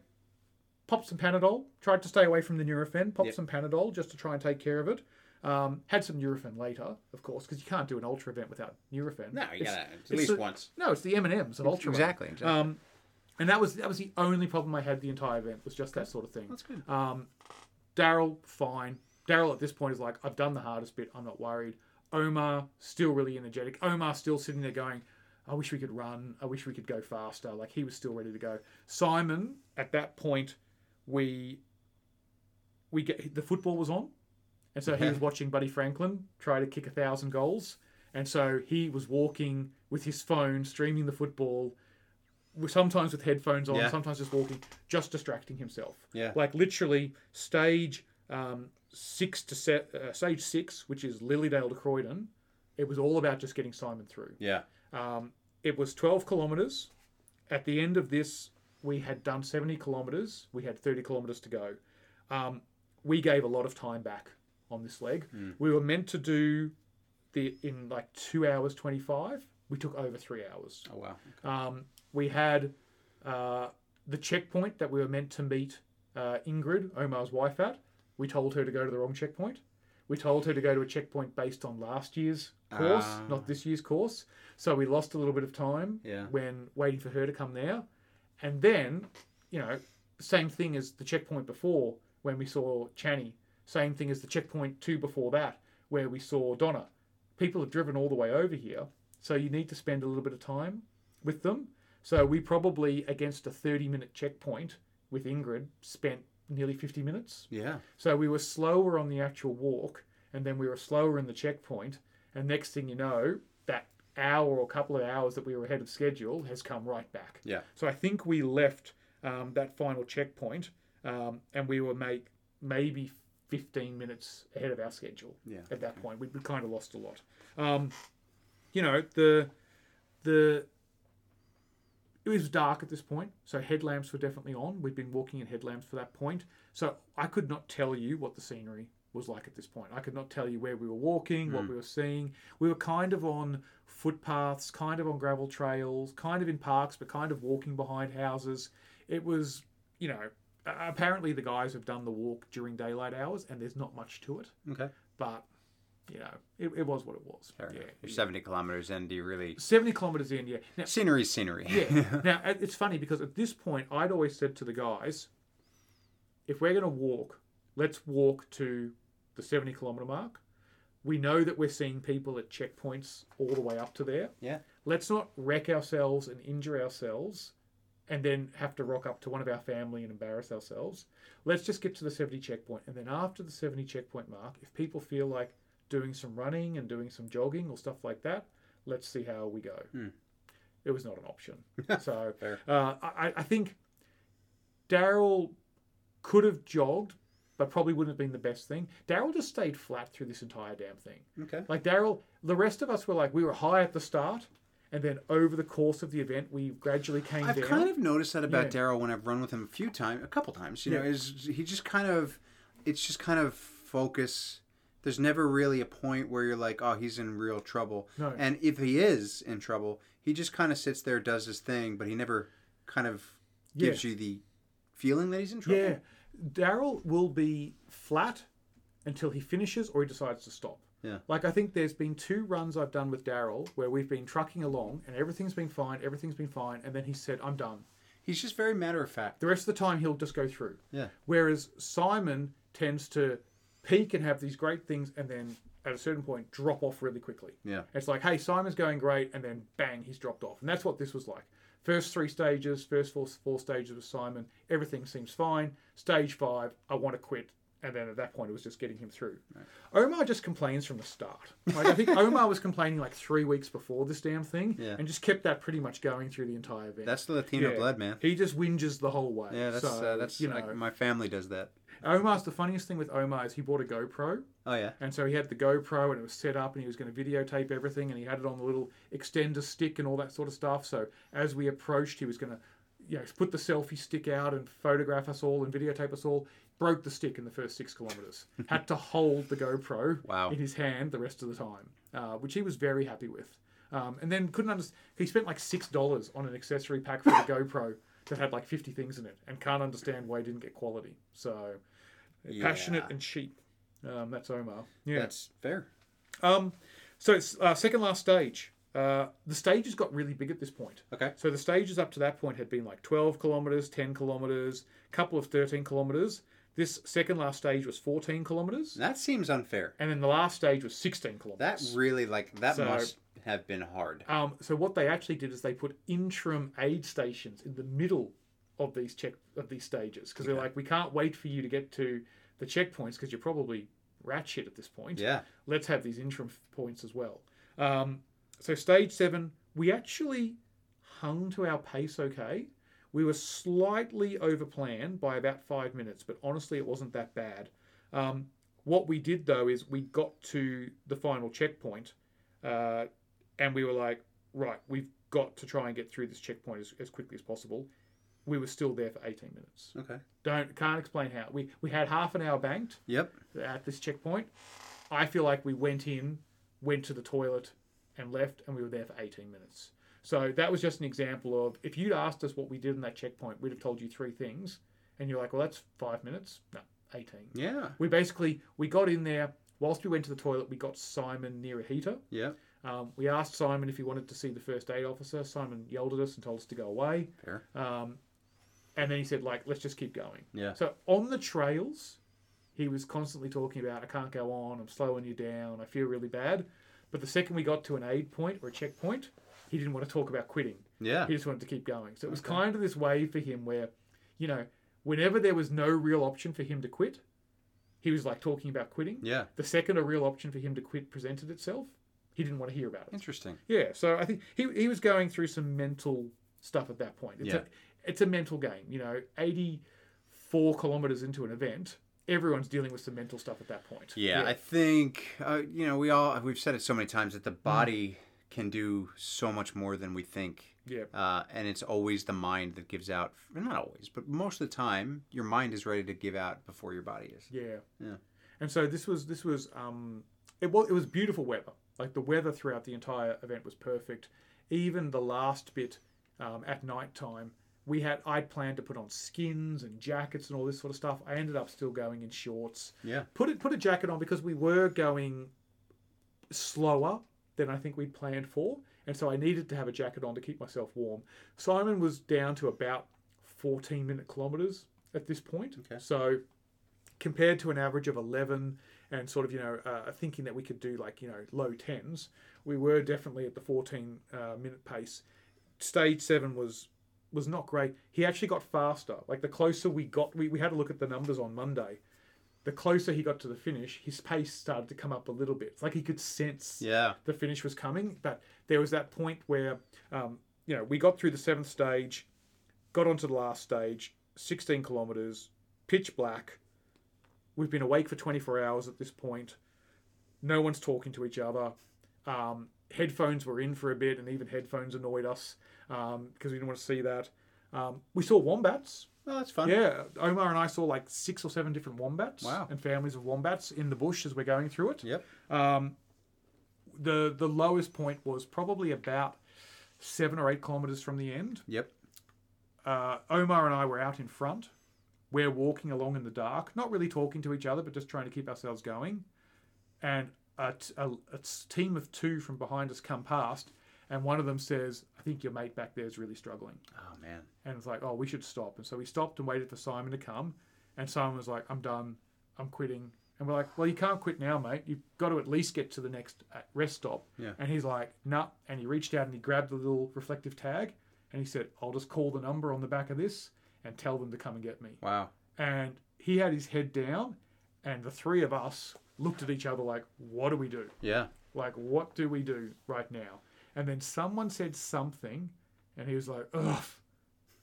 Popped some Panadol. Tried to stay away from the Nurofen. Popped Yep. some Panadol just to try and take care of it. Um, had some Nurofen later, of course, because you can't do an ultra event without Nurofen. No, you It's- gotta at it's least the- once. No, it's the M and M's at ultra. Run. Exactly. exactly. Um, and that was that was the only problem I had the entire event was just that sort of thing. That's good. Um, Daryl, fine. Daryl at this point is like, I've done the hardest bit. I'm not worried. Omar still really energetic. Omar still sitting there going, I wish we could run. I wish we could go faster. Like he was still ready to go. Simon at that point, we we get the football was on, and so he Okay. was watching Buddy Franklin try to kick a thousand goals, and so he was walking with his phone, streaming the football, with- sometimes with headphones on, Yeah. sometimes just walking, just distracting himself. Yeah. like literally stage um, six to set uh, stage six, which is Lilydale to Croydon. It was all about just getting Simon through. yeah. Um, it was 12 kilometres. At the end of this, we had done 70 kilometres. We had 30 kilometres to go. Um, we gave a lot of time back on this leg. We were meant to do the in like two hours 25. We took over three hours. Oh wow. Um, we had uh, the checkpoint that we were meant to meet uh, Ingrid, Omar's wife, at. We told her to go to the wrong checkpoint. We told her to go to a checkpoint based on last year's course, Ah. not this year's course. So we lost a little bit of time Yeah. when waiting for her to come there. And then, you know, same thing as the checkpoint before when we saw Channy. Same thing as the checkpoint two before that where we saw Donna. People have driven all the way over here, so you need to spend a little bit of time with them. So we probably against a 30 minute checkpoint with Ingrid spent nearly 50 minutes. Yeah. So we were slower on the actual walk, and then we were slower in the checkpoint. And next thing you know, that hour or couple of hours that we were ahead of schedule has come right back. Yeah. So I think we left um, that final checkpoint, um, and we were make maybe 15 minutes ahead of our schedule. Yeah. At that point, we, we kind of lost a lot. Um, you know the the it was dark at this point, so headlamps were definitely on. We'd been walking in headlamps for that point, so I could not tell you what the scenery was like at this point. I could not tell you where we were walking, what we were seeing. We were kind of on footpaths, kind of on gravel trails, kind of in parks, but kind of walking behind houses. It was, you know, a- apparently the guys have done the walk during daylight hours, and there's not much to it, Okay. but you know, it, it was what it was. Fair enough. Yeah. You're 70 kilometers in. Do you really? Seventy kilometers in, yeah. Now, Scenery's scenery. yeah. now it- it's funny because at this point, I'd always said to the guys, if we're going to walk, let's walk to the 70 kilometer mark. We know that we're seeing people at checkpoints all the way up to there. yeah. Let's not wreck ourselves and injure ourselves and then have to rock up to one of our family and embarrass ourselves. Let's just get to the 70 checkpoint. And then after the 70 checkpoint mark, if people feel like doing some running and doing some jogging or stuff like that, let's see how we go. It was not an option. So Fair. uh, I, I think Daryl could have jogged, but probably wouldn't have been the best thing. Daryl just stayed flat through this entire damn thing. Okay. Like Daryl, the rest of us were like we were high at the start, and then over the course of the event, we gradually came I've down. kind of noticed that about Yeah. Daryl when I've run with him a few times, a couple times. You know, Yeah. is he just kind of? It's just kind of focus. There's never really a point where you're like, oh, he's in real trouble. No. And if he is in trouble, he just kind of sits there, does his thing, but he never kind of Yeah. gives you the feeling that he's in trouble. Yeah. Daryl will be flat until he finishes or he decides to stop. Yeah. Like I think there's been two runs I've done with Daryl where we've been trucking along and everything's been fine, everything's been fine, and then he said, I'm done. He's just very matter of fact. The rest of the time he'll just go through. Yeah. Whereas Simon tends to peak and have these great things and then at a certain point drop off really quickly. Yeah. It's like, hey, Simon's going great, and then bang, he's dropped off. And that's what this was like. First three stages, first four, four stages with Simon, everything seems fine. Stage five, I want to quit. And then at that point, it was just getting him through. Omar just complains from the start. Like, I think Omar was complaining like three weeks before this damn thing Yeah. and just kept that pretty much going through the entire event. That's the Latino Yeah. blood, man. he just whinges the whole way. Yeah, that's So, uh, that's you know. like, my family does that. Omar's the funniest thing with Omar is he bought a GoPro. Oh yeah, And so he had the GoPro and it was set up and he was going to videotape everything and he had it on the little extender stick and all that sort of stuff. So as we approached, he was going to you know, put the selfie stick out and photograph us all and videotape us all. Broke the stick in the first six kilometers. had to hold the GoPro Wow. in his hand the rest of the time, uh, which he was very happy with. Um, and then couldn't understand. He spent like six dollars on an accessory pack for the GoPro that had like fifty things in it, and can't understand why he didn't get quality. So passionate Yeah. and cheap. Um, that's Omar. Yeah. that's fair. Um, so it's uh, second last stage. Uh, the stages got really big at this point. Okay. So the stages up to that point had been like 12 kilometers, 10 kilometers, couple of 13 kilometers. This second last stage was 14 kilometers, That seems unfair. and then the last stage was 16 That kilometers. really like that So- must have been hard. Um, so what they actually did is they put interim aid stations in the middle of these check of these stages because they're like, we can't wait for you to get to the checkpoints because you're probably ratchet at this point. Yeah. let's have these interim f- points as well. Um, so stage seven, we actually hung to our pace okay. We were slightly over plan by about five minutes, but honestly, it wasn't that bad. Um, what we did though is we got to the final checkpoint, uh, and we were like, right, we've got to try and get through this checkpoint as, as quickly as possible. We were still there for 18 minutes. Okay. Don't can't explain how we we had half an hour banked Yep. at this checkpoint. I feel like we went in, went to the toilet, and left, and we were there for 18 minutes. So that was just an example of if you'd asked us what we did in that checkpoint, we'd have told you three things, and you're like, well, that's five minutes. No, 18. Yeah. We basically we got in there whilst we went to the toilet. We got Simon near a heater. Yeah. Um, we asked Simon if he wanted to see the first aid officer. Simon yelled at us and told us to go away. Fair. Um, and then he said, like, let's just keep going. Yeah. So on the trails, he was constantly talking about, I can't go on, I'm slowing you down, I feel really bad. But the second we got to an aid point or a checkpoint, he didn't want to talk about quitting. Yeah. He just wanted to keep going. So it was kind of this way for him where, you know, whenever there was no real option for him to quit, he was like talking about quitting. Yeah. The second a real option for him to quit presented itself, he didn't want to hear about it. Interesting. Yeah, so I think he, he was going through some mental stuff at that point. It's, Yeah. a, it's a mental game, you know, 84 kilometers into an event, everyone's dealing with some mental stuff at that point. Yeah, I think uh, you know we all we've said it so many times that Mm. the body can do so much more than we think. Yeah. Uh, and it's always the mind that gives out. Not always, but most of the time, your mind is ready to give out before your body is. Yeah. Yeah. And so this was this was um it was it was beautiful weather. Like the weather throughout the entire event was perfect. Even the last bit um, at night time, we had I planned to put on skins and jackets and all this sort of stuff. I ended up still going in shorts. Yeah. Put it put a jacket on because we were going slower than I think we planned for, and so I needed to have a jacket on to keep myself warm. Simon was down to about 14 minute kilometers at this point. Okay. So compared to an average of 11 and sort of you know uh, thinking that we could do like you know low tens we were definitely at the 14 uh, minute pace stage 7 was was not great he actually got faster like the closer we got we, we had a look at the numbers on monday the closer he got to the finish his pace started to come up a little bit it's like he could sense Yeah. the finish was coming. But there was that point where, um, you know, we got through the seventh stage, got onto the last stage, 16 kilometers, pitch black. We've been awake for 24 hours at this point. No one's talking to each other. Um, headphones were in for a bit, and even headphones annoyed us um, because we didn't want to see that. Um, we saw wombats. Well, that's fun. Yeah, Omar and I saw like six or seven different wombats Uh-huh. Wow. and families of wombats in the bush as we're going through it. Yep. Um, the the lowest point was probably about seven or eight kilometers from the end. Yep. Uh, Omar and I were out in front. We're walking along in the dark, not really talking to each other, but just trying to keep ourselves going. And a, t- a- a s- team of two from behind us come past, and one of them says, "I think your mate back there is really struggling." Oh man. And it's like, "Oh, we should stop." And so we stopped and waited for Simon to come. And Simon was like, "I'm done. I'm quitting." And we're like, "Well, you can't quit now, mate. You've got to at least get to the next uh, rest stop." Yeah. And he's like, "Nah." And he reached out and he grabbed the little reflective tag and he said, "I'll just call the number on the back of this and tell them to come and get me." Wow. And he had his head down, and the three of us looked at each other like, "What do we do?" Yeah. Like, what do we do right now? And then someone said something, and he was like, ugh,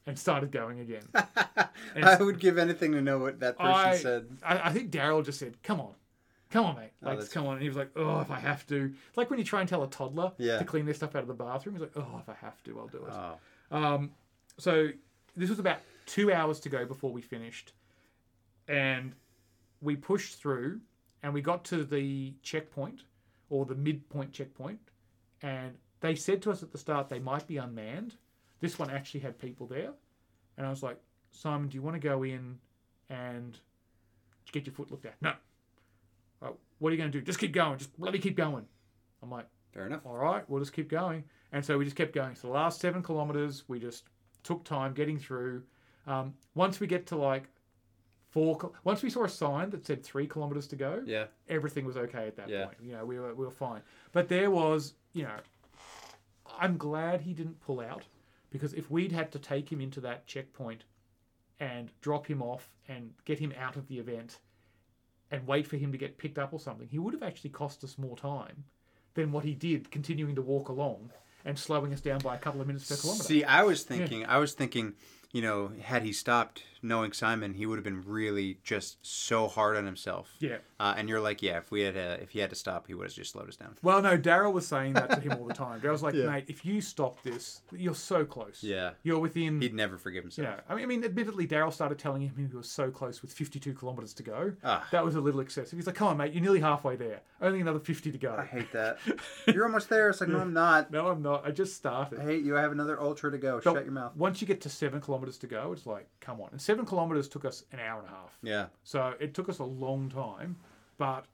and started going again. I would give anything to know what that person I, said. I, I think Daryl just said, come on. Come on, mate. Like, Oh, that's- come on. And he was like, oh, if I have to. It's like when you try and tell a toddler Yeah. to clean their stuff out of the bathroom. He's like, oh, if I have to, I'll do it. Oh. Um, so this was about two hours to go before we finished, and we pushed through, and we got to the checkpoint or the midpoint checkpoint, and they said to us at the start they might be unmanned. This one actually had people there, and I was like, Simon, do you want to go in and get your foot looked at? No. "Oh, what are you going to do? Just keep going. Just bloody keep going. I'm like Fair enough. all right, we'll just keep going. And so we just kept going. So the last seven kilometers, we just took time getting through. Um, once we get to like four, kil- once we saw a sign that said three kilometers to go, Yeah. everything was okay at that Yeah. point. You know, we were we were fine. But there was, you know, I'm glad he didn't pull out because if we'd had to take him into that checkpoint and drop him off and get him out of the event and wait for him to get picked up or something, he would have actually cost us more time than what he did continuing to walk along and slowing us down by a couple of minutes per kilometer. See, I was thinking, I was thinking, you know, had he stopped knowing Simon, he would have been really just so hard on himself. Yeah. Uh, and you're like, yeah, if we had, uh, if he had to stop, he would have just slowed us down. Well, no, Daryl was saying that to him all the time. Daryl's like, mate, if you stop this, you're so close. Yeah. You're within He'd never forgive himself. Yeah, I mean, I mean, admittedly, Daryl started telling him he was so close with 52 kilometers to go. Ah. That was a little excessive. He's like, "Come on, mate, you're nearly halfway there. Only another 50 to I go." hate that. You're almost there. It's like, no, I'm not. No, I'm not. I just I started. hate you. I have another ultra to go. Shut your mouth. Once you get to seven kilometers to go, it's like, come on. And seven kilometers took us an hour and a half. Yeah. So it took us a long time, but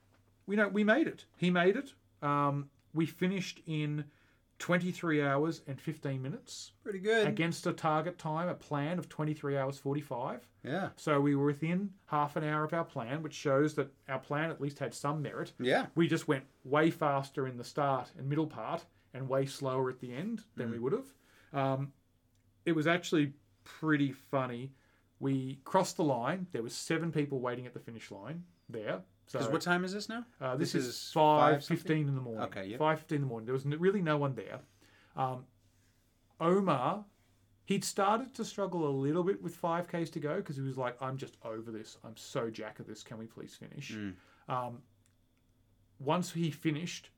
we know we made it. He made it. Um, we finished in 23 hours and 15 minutes Pretty good. against a target time, a plan of 23 hours 45. Yeah. So we were within half an hour of our plan, which shows that our plan at least had some merit. Yeah. We just went way faster in the start and middle part and way slower at the end than Mm. we would have. Um, it was actually pretty funny. We crossed the line. There was seven people waiting at the finish line there. So Because what time is this now? uh, this, This is, is five five fifteen in the morning. Okay, yeah. Five fifteen in the morning. There was n- really no one there. Um, Omar, he'd started to struggle a little bit with five k's to go because he was like, "I'm just over this. I'm so jack of this. Can we please finish?" Mm. Um, once he finished,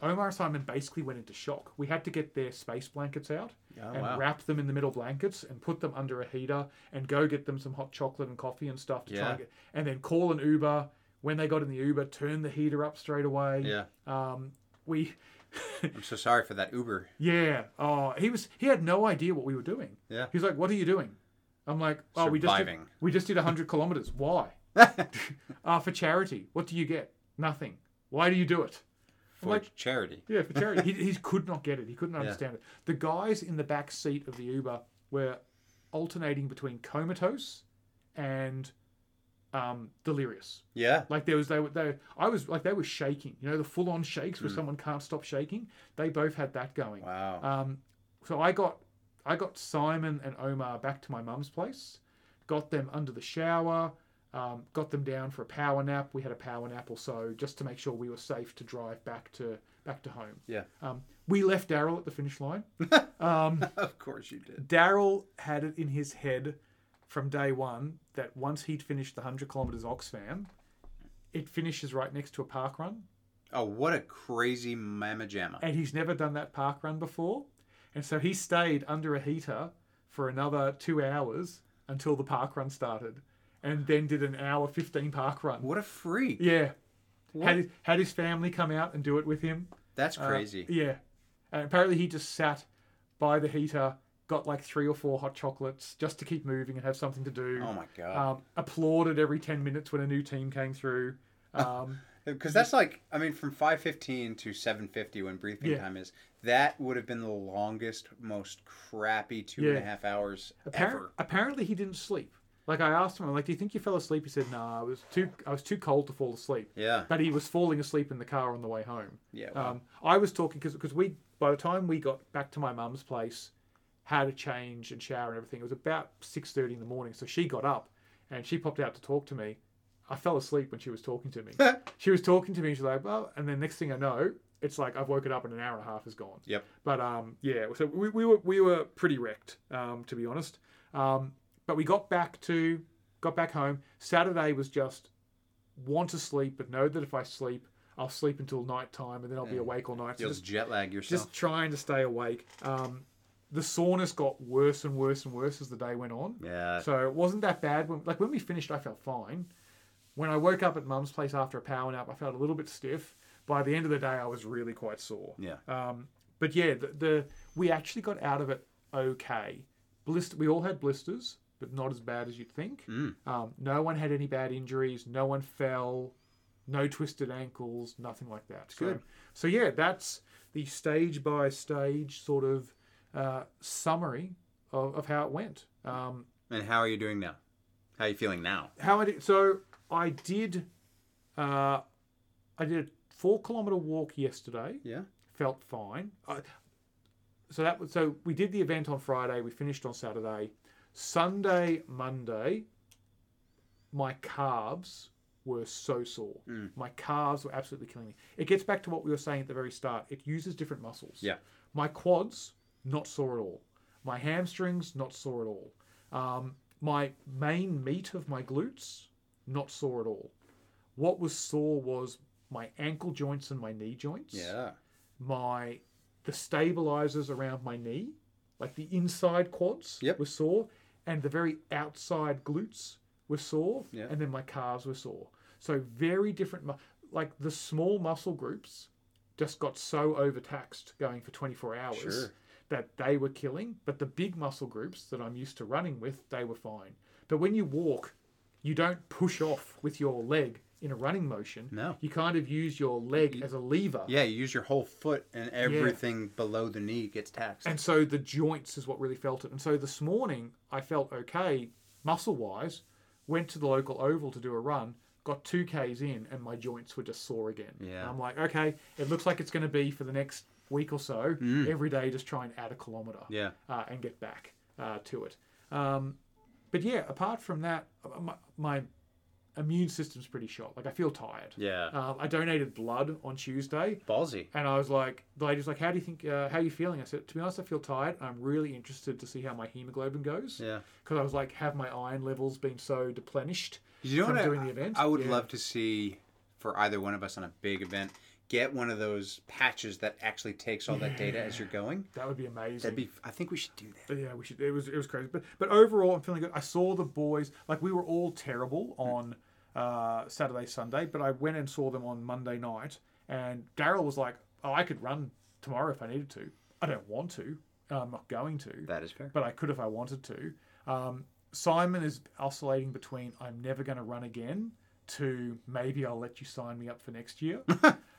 Omar and Simon basically went into shock. We had to get their space blankets out Oh, and wow. wrap them in the metal blankets and put them under a heater and go get them some hot chocolate and coffee and stuff to try Yeah. and get, and then call an Uber. When they got in the Uber, turn the heater up straight away. Yeah. Um, we, I'm so sorry for that Uber. yeah. Oh, he was. He had no idea what we were doing. Yeah. He was like, "What are you doing?" I'm like, "Oh, we just did, Surviving. we just did 100 kilometers. Why? uh, for charity. What do you get? Nothing. Why do you do it?" For charity. Yeah, for charity. he, he could not get it. He couldn't understand it. The guys in the back seat of the Uber were alternating between comatose and um, delirious. Yeah. Like there was they were they I was like they were shaking. You know the full on shakes where someone can't stop shaking. They both had that going. Wow. Um, so I got I got Simon and Omar back to my mum's place, got them under the shower, um, got them down for a power nap. We had a power nap or so just to make sure we were safe to drive back to back to home. yeah. Um, we left Daryl at the finish line. of course you did. Daryl had it in his head from day one that once he'd finished the 100 kilometres Oxfam, it finishes right next to a park run. Oh, what a crazy mamma jamma. And he's never done that park run before. And so he stayed under a heater for another two hours until the park run started, and then did an hour fifteen park run. What a freak. Yeah, What? had his, had his family come out and do it with him. That's Uh, crazy. yeah. And apparently he just sat by the heater, got like three or four hot chocolates just to keep moving and have something to do. oh my god. Um, applauded every 10 minutes when a new team came through. Um, Because that's like, I mean, from five fifteen to seven fifty when briefing Yeah. time is, that would have been the longest, most crappy two and a Yeah. half hours appar- ever. apparently he didn't sleep. Like I asked him, I'm like, do you think you fell asleep? He said, nah, I was too, I was too cold to fall asleep. Yeah, But he was falling asleep in the car on the way home. yeah. wow. Um, I was talking because we by the time we got back to my mum's place, had a change and shower and everything. It was about six thirty in the morning, so she got up and she popped out to talk to me. I fell asleep when she was talking to me. she was talking to me. She's like, well, and then next thing I know, it's like I've woken up and an hour and a half is gone. Yep. But um, yeah, so we, we were we were pretty wrecked, um, to be honest. Um, but we got back to got back home. Saturday was just want to sleep, but know that if I sleep, I'll sleep until night time, and then I'll be awake all night. So You'll just jet lag yourself. just trying to stay awake. Um, the soreness got worse and worse and worse as the day went on. yeah. So it wasn't that bad. When, like when we finished, I felt fine. When I woke up at mum's place after a power nap, I felt a little bit stiff. By the end of the day, I was really quite sore. Yeah. Um, but yeah, the, the we actually got out of it okay. Blister, we all had blisters, but not as bad as you'd think. Mm. Um, no one had any bad injuries. No one fell. No twisted ankles. Nothing like that. So, Good. So yeah, that's the stage by stage sort of uh, summary of, of how it went. Um, And how are you doing now? How are you feeling now? how I did, so I did uh, I did a four kilometer walk yesterday. Yeah. Felt fine. I, so that was so we did the event on Friday. We finished on Saturday. Sunday, Monday, my calves were so sore. Hmm. My calves were absolutely killing me. It gets back to what we were saying at the very start. It uses different muscles. Yeah. My quads, not sore at all. My hamstrings, not sore at all. Um, my main meat of my glutes, not sore at all. What was sore was my ankle joints and my knee joints. Yeah. My the stabilizers around my knee, like the inside quads, Yep. were sore, and the very outside glutes were sore, Yeah. and then my calves were sore. So very different. mu- Like the small muscle groups just got so overtaxed going for 24 hours Sure. that they were killing, but the big muscle groups that I'm used to running with, they were fine. But when you walk, you don't push off with your leg in a running motion. No. You kind of use your leg as a lever. Yeah. You use your whole foot, and everything below the knee gets taxed. And so the joints is what really felt it. And so this morning, I felt okay muscle wise, went to the local oval to do a run, got 2Ks in, and my joints were just sore again. Yeah. And I'm like, okay, it looks like it's going to be for the next week or so. Every day, just try and add a kilometer Mm. yeah. uh, and get back uh, to it. Um, but yeah, apart from that, uh, my, my immune system's pretty shot. Like I feel tired. Yeah. Um, I donated blood on Tuesday, Ballsy. and I was like, the lady's like, "How do you think? Uh, how are you feeling?" I said, "To be honest, I feel tired. I'm really interested to see how my hemoglobin goes." Yeah. Because I was like, "Have my iron levels been so deplenished?" You know from what I, doing the event? I would Yeah. love to see for either one of us on a big event get one of those patches that actually takes all that data as you're going. That would be amazing. That'd be. I think we should do that. But yeah, we should. It was it was crazy, but but overall, I'm feeling good. I saw the boys like we were all terrible Mm. on uh, Saturday, Sunday, but I went and saw them on Monday night, and Daryl was like, "Oh, I could run tomorrow if I needed to. I don't want to. and I'm not going to, That is fair. but I could if I wanted to." Um, Simon is oscillating between I'm never going to run again to maybe I'll let you sign me up for next year.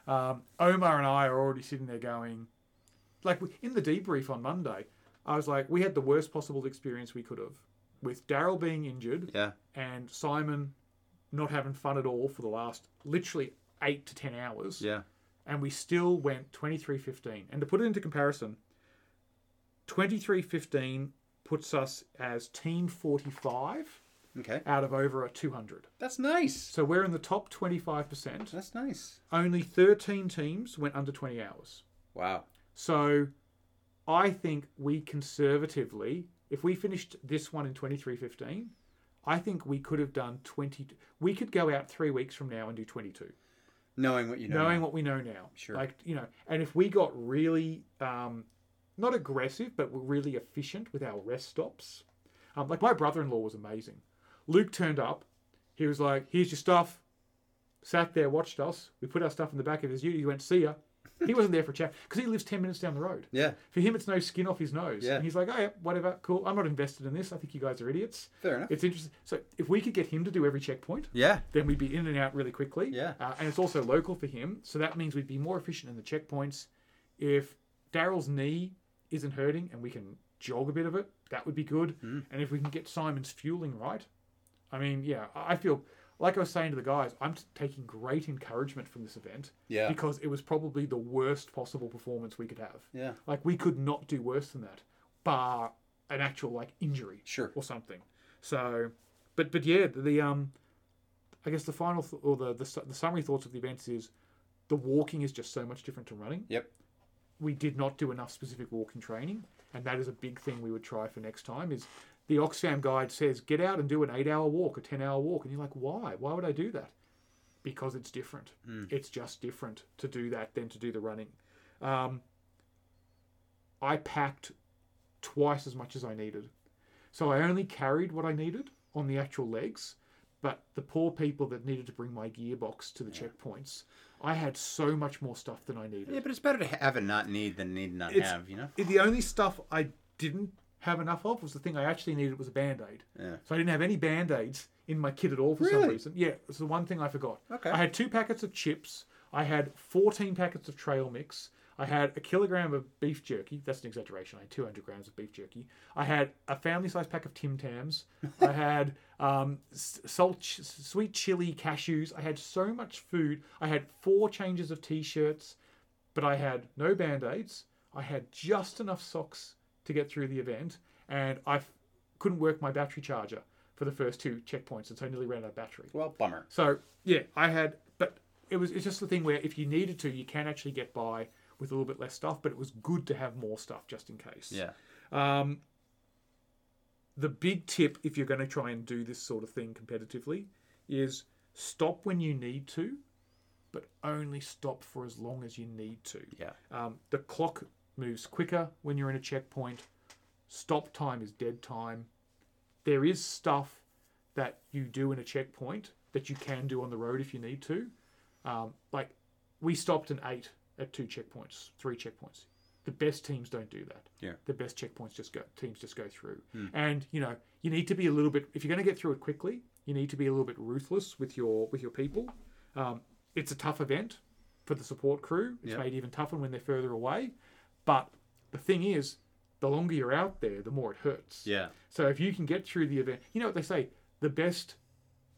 um, Omar and I are already sitting there going, like we- in the debrief on Monday, I was like, we had the worst possible experience we could have with Daryl being injured Yeah. and Simon not having fun at all for the last literally eight to ten hours, Yeah. and we still went twenty three fifteen. And to put it into comparison, twenty three fifteen puts us as team forty five Okay. out of over a two hundred. That's nice. So we're in the top twenty five percent. That's nice. Only thirteen teams went under twenty hours. Wow. So I think we conservatively, if we finished this one in 2315, I think we could have done 20. We could go out three weeks from now and do 22, Knowing what you know. knowing now. what we know now. Sure. Like, you know, and if we got really um, not aggressive, but we're really efficient with our rest stops. Um, like my brother-in-law was amazing. Luke turned up. He was like, "Here's your stuff." Sat there, watched us. We put our stuff in the back of his ute. He went, "See ya." He wasn't there for a chat because he lives ten minutes down the road. Yeah. For him, it's no skin off his nose. Yeah. And he's like, "Oh yeah, whatever, cool. I'm not invested in this. I think you guys are idiots." Fair enough. It's interesting. So if we could get him to do every checkpoint, Yeah. then we'd be in and out really quickly. Yeah. Uh, and it's also local for him, so that means we'd be more efficient in the checkpoints. If Daryl's knee isn't hurting and we can jog a bit of it, that would be good. Hmm. And if we can get Simon's fueling right, I mean, yeah, I I feel like I was saying to the guys, I'm t- taking great encouragement from this event Yeah. because it was probably the worst possible performance we could have. Yeah. Like we could not do worse than that, bar an actual like injury Sure. or something. So, but but yeah, the, the um, I guess the final th- or the, the su- the summary thoughts of the events is the walking is just so much different to running. Yep. We did not do enough specific walking training, and that is a big thing we would try for next time. Is the Oxfam guide says get out and do an eight hour walk, a ten hour walk, and you're like, why? Why would I do that? Because it's different. It's just different to do that than to do the running. Um, I packed twice as much as I needed. So I only carried what I needed on the actual legs, but the poor people that needed to bring my gearbox to the checkpoints, I had so much more stuff than I needed. Yeah, but it's better to have and not need than need and not It's- have, you know? The only stuff I didn't have enough of was the thing I actually needed was a band aid. Yeah. So I didn't have any band aids in my kit at all for some Really? reason. Yeah, it's the one thing I forgot. Okay. I had two packets of chips. I had 14 packets of trail mix. I had a kilogram of beef jerky. That's an exaggeration. I had 200 grams of beef jerky. I had a family size pack of Tim Tams. I had um, s- salt, ch- sweet chili cashews. I had so much food. I had four changes of t shirts, but I had no band aids. I had just enough socks to get through the event, and I f- couldn't work my battery charger for the first two checkpoints, and so I nearly ran out of battery. Well, bummer. So yeah, I had, but it was it's just the thing where if you needed to, you can actually get by with a little bit less stuff. But it was good to have more stuff just in case. Yeah. Um, the big tip if you're going to try and do this sort of thing competitively is stop when you need to, but only stop for as long as you need to. Yeah. Um, the clock moves quicker when you're in a checkpoint. Stop time is dead time. There is stuff that you do in a checkpoint that you can do on the road if you need to. Um, like we stopped an eight at two checkpoints, three checkpoints. The best teams don't do that. Yeah. Hmm. The best checkpoints just go teams just go through. And you know you need to be a little bit if you're going to get through it quickly. You need to be a little bit ruthless with your with your people. Um, it's a tough event for the support crew. It's Yeah. made even tougher when they're further away. But the thing is, the longer you're out there, the more it hurts. Yeah. So if you can get through the event, you know what they say: the best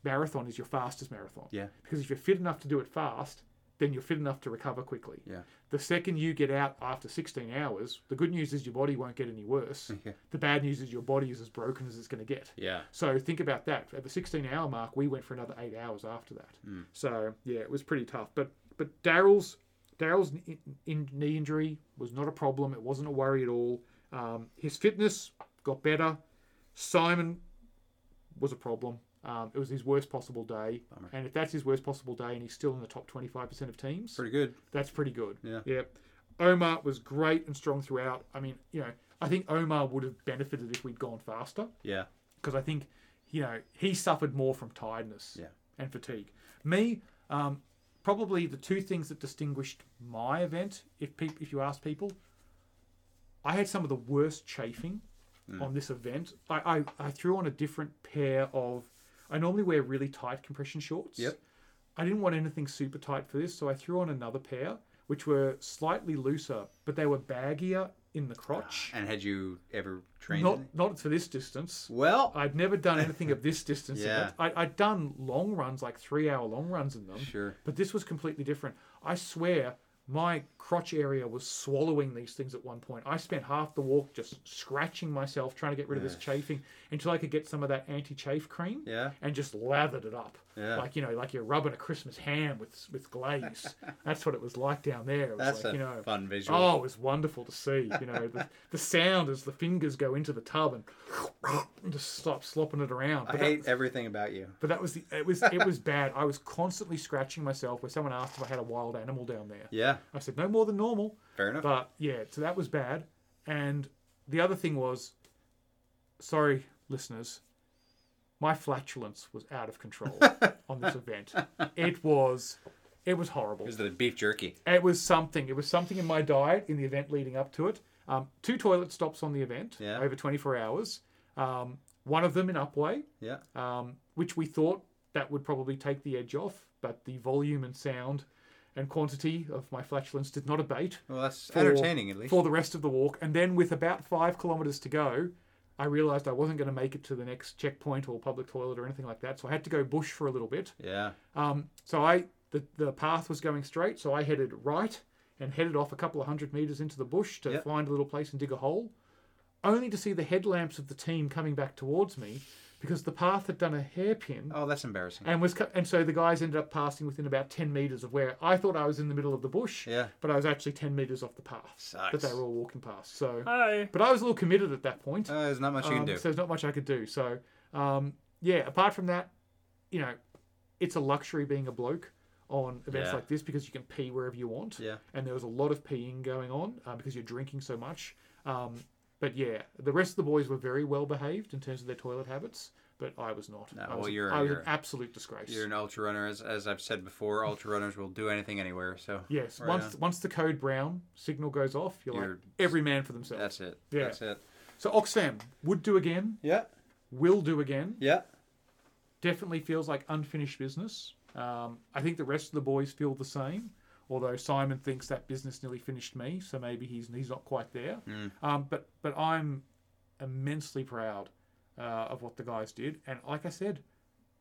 marathon is your fastest marathon. Yeah. Because if you're fit enough to do it fast, then you're fit enough to recover quickly. Yeah. The second you get out after 16 hours, the good news is your body won't get any worse. Yeah. The bad news is your body is as broken as it's going to get. Yeah. So think about that. At the 16 hour mark, we went for another eight hours after that. Hmm. So yeah, it was pretty tough. But but Daryl's Daryl's in, in, knee injury was not a problem. It wasn't a worry at all. Um, his fitness got better. Simon was a problem. Um, it was his worst possible day. And if that's his worst possible day, and he's still in the top 25% of teams, Pretty good. that's pretty good. Yeah. Yeah. Omar was great and strong throughout. I mean, you know, I think Omar would have benefited if we'd gone faster Yeah. because I think you know he suffered more from tiredness Yeah. and fatigue. Me, um, probably the two things that distinguished my event, if peop if you ask people, I had some of the worst chafing Mm. on this event. I, I I threw on a different pair of. I normally wear really tight compression shorts. Yep. I didn't want anything super tight for this, so I threw on another pair, which were slightly looser, but they were baggier in the crotch. And had you ever trained? Not any- not for this distance. Well, I'd never done anything of this distance. in Yeah. it. I, I'd done long runs, like three hour long runs in them. Sure. But this was completely different. I swear, my crotch area was swallowing these things at one point. I spent half the walk just scratching myself, trying to get rid of this chafing until I could get some of that anti chafe cream Yeah. and just lathered it up. Yeah. Like, you know, like you're rubbing a Christmas ham with with glaze. That's what it was like down there. It was that's like, a you know, fun visual. Oh, it was wonderful to see. You know, the, the sound as the fingers go into the tub and, and just stop slopping it around. But I that- hate everything about you. but that was the, it was it was bad. I was constantly scratching myself. Where someone asked if I had a wild animal down there, Yeah. I said no more than normal. Fair enough. But yeah, so that was bad. And the other thing was, sorry, listeners, my flatulence was out of control on this event. It was, it was horrible. Is the beef jerky? It was something. It was something in my diet in the event leading up to it. Um, two toilet stops on the event Yeah. over 24 hours. Um, one of them in Upway, Yeah. um, which we thought that would probably take the edge off, but the volume and sound and quantity of my flatulence did not abate Well, that's for- entertaining at least. for the rest of the walk. And then, with about five kilometres to go, I realised I wasn't going to make it to the next checkpoint or public toilet or anything like that. So I had to go bush for a little bit. Yeah. Um, so I the, the path was going straight, so I headed right and headed off a couple of hundred meters into the bush to Yep. find a little place and dig a hole, only to see the headlamps of the team coming back towards me because the path had done a hairpin Oh, that's embarrassing. and was co- and so the guys ended up passing within about 10 meters of where I thought I was in the middle of the bush, Yeah. but I was actually 10 meters off the path that Sucks. they were all walking past. So Hi. but I was a little committed at that point. Uh, there's not much you can Um, do. So there's not much I could do. So um, yeah, apart from that, you know, it's a luxury being a bloke on events Yeah. like this because you can pee wherever you want. Yeah. And there was a lot of peeing going on uh, because you're drinking so much. Um, but yeah, the rest of the boys were very well behaved in terms of their toilet habits, but I was not. No, I well, was, you're- I was an you're- absolute disgrace. You're an ultra runner, as, as I've said before. Ultra runners will do anything anywhere. So Yes, Right once once the code brown signal goes off, you're, like You're- every man for themselves. that's it. Yeah. That's it. So Oxfam would do again, Yeah. will do again. Yeah. definitely feels like unfinished business. Um, I think the rest of the boys feel the same, although Simon thinks that business nearly finished me, so maybe he's he's not quite there. Um, but but I'm immensely proud uh, of what the guys did, and like I said,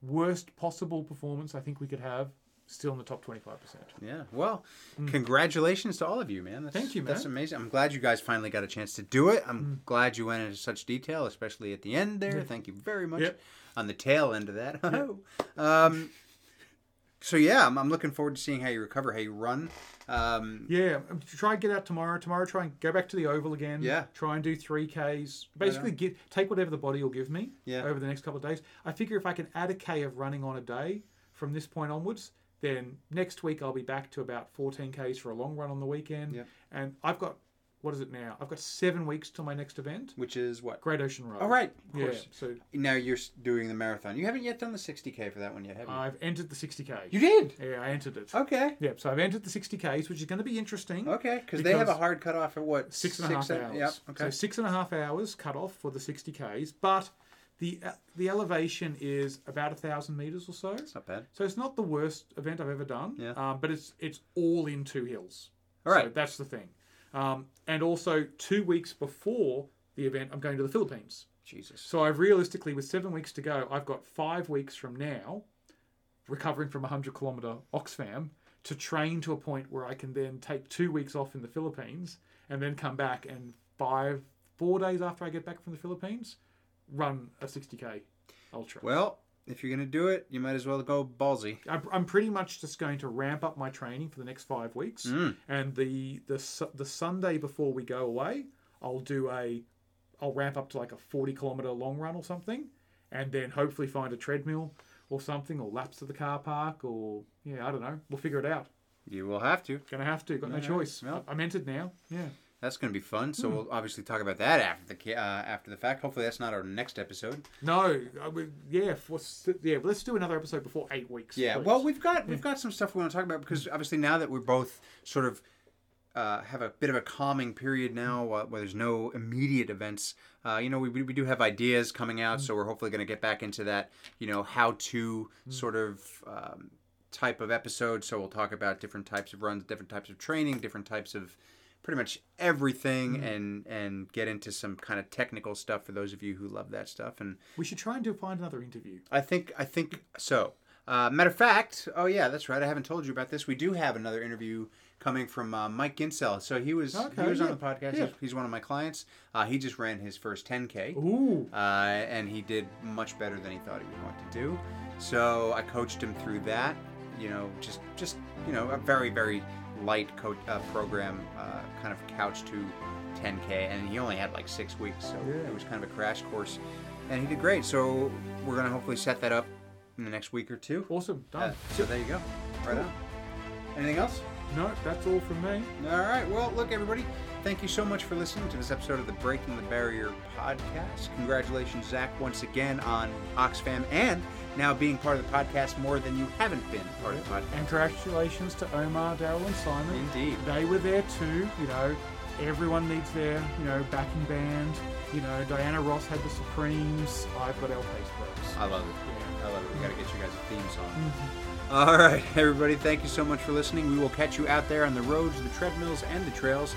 worst possible performance I think we could have, still in the top twenty five percent. Yeah. Well, congratulations to all of you, man. That's, Hmm. Thank you, That's man. Hmm. amazing. I'm glad you guys finally got a chance to do it. I'm glad you went into such detail, especially at the end there. Thank you very much. Yep. On the tail end of that. um, so, yeah, I'm, I'm looking forward to seeing how you recover, how you run. Um, Yeah, um, try and get out tomorrow. Tomorrow, try and go back to the oval again. Yeah. Try and do three Ks. Basically, get, take whatever the body will give me Yeah. over the next couple of days. I figure if I can add a K of running on a day from this point onwards, then next week I'll be back to about 14 Ks for a long run on the weekend. Yeah. And I've got, what is it now? I've got seven weeks till my next event, which is what? Great Ocean Road. All right. Of Yeah. course. So Now you're s- doing the marathon. You haven't yet done the 60K for that one yet, have you? I've entered the 60K. you did? yeah, I entered it. Okay. Yep. So I've entered the 60Ks, which is going to be interesting. Okay. Because they have a Because- hard cutoff at what? six and a half hours. Yep. So Okay. six and a half hours cut off for the 60 k's, but the uh, the elevation is about a thousand meters or so. It's not bad. So it's not the worst event I've ever done. Yeah. Um, but it's it's all in two hills. All So right. that's the thing. Um, and also two weeks before the event, I'm going to the Philippines. Jesus. So I've realistically, with seven weeks to go, I've got five weeks from now, recovering from a hundred kilometer Oxfam, to train to a point where I can then take two weeks off in the Philippines and then come back and five four days after I get back from the Philippines, run a sixty k ultra. Well, if you're going to do it, you might as well go ballsy. I'm I'm pretty much just going to ramp up my training for the next five weeks, Mm. and the the Su- the Sunday before we go away, I'll do a, I'll ramp up to like a forty kilometer long run or something, and then hopefully find a treadmill or something or laps to the car park or yeah I don't know we'll figure it out. You will have to. Gonna have to. Got no Yeah, choice. yeah. I'm entered now. Yeah. That's going to be fun. So we'll obviously talk about that after the ca- uh, after the fact. Hopefully, that's not our next episode. No. I would yeah. For, yeah. Let's do another episode before eight weeks. Yeah. please. Well, we've got we've got some stuff we want to talk about because obviously now that we're both sort of. Uh, have a bit of a calming period now uh, where there's no immediate events. Uh, you know, we, we we do have ideas coming out, so we're hopefully going to get back into that, you know, how to sort of um, type of episode. So we'll talk about different types of runs, different types of training, different types of pretty much everything, and and get into some kind of technical stuff for those of you who love that stuff. And we should try and do find another interview. I think I think so. Uh, matter of fact, oh yeah, that's right. I haven't told you about this. We do have another interview coming from uh, Mike Ginsell. So he was Okay, he was yeah, on the podcast. yeah. He's, he's one of my clients. Uh, he just ran his first 10k, Ooh. uh, and he did much better than he thought he was going to do. So I coached him through that. You know, just just you know, a very very light coach uh, program, uh, kind of couch to 10k, and he only had like six weeks, so Yeah. it was kind of a crash course, and he did great. So we're gonna hopefully set that up in the next week or two. Awesome. Uh, Done. so there you go. Right on. Anything else? No, that's all from me. All right. Well, look, everybody, Thank you so much for listening to this episode of the Breaking the Barrier podcast. Congratulations, Zach, once again on Oxfam and now being part of the podcast more than you haven't been part of the podcast. And congratulations to Omar, Daryl, and Simon. Indeed. They were there too. You know, everyone needs their you know backing band. You know, Diana Ross had the Supremes. I've got Elfie's Bros. I love it. I love it. We got to get you guys a theme song. All right, everybody, thank you so much for listening. We will catch you out there on the roads, the treadmills, and the trails.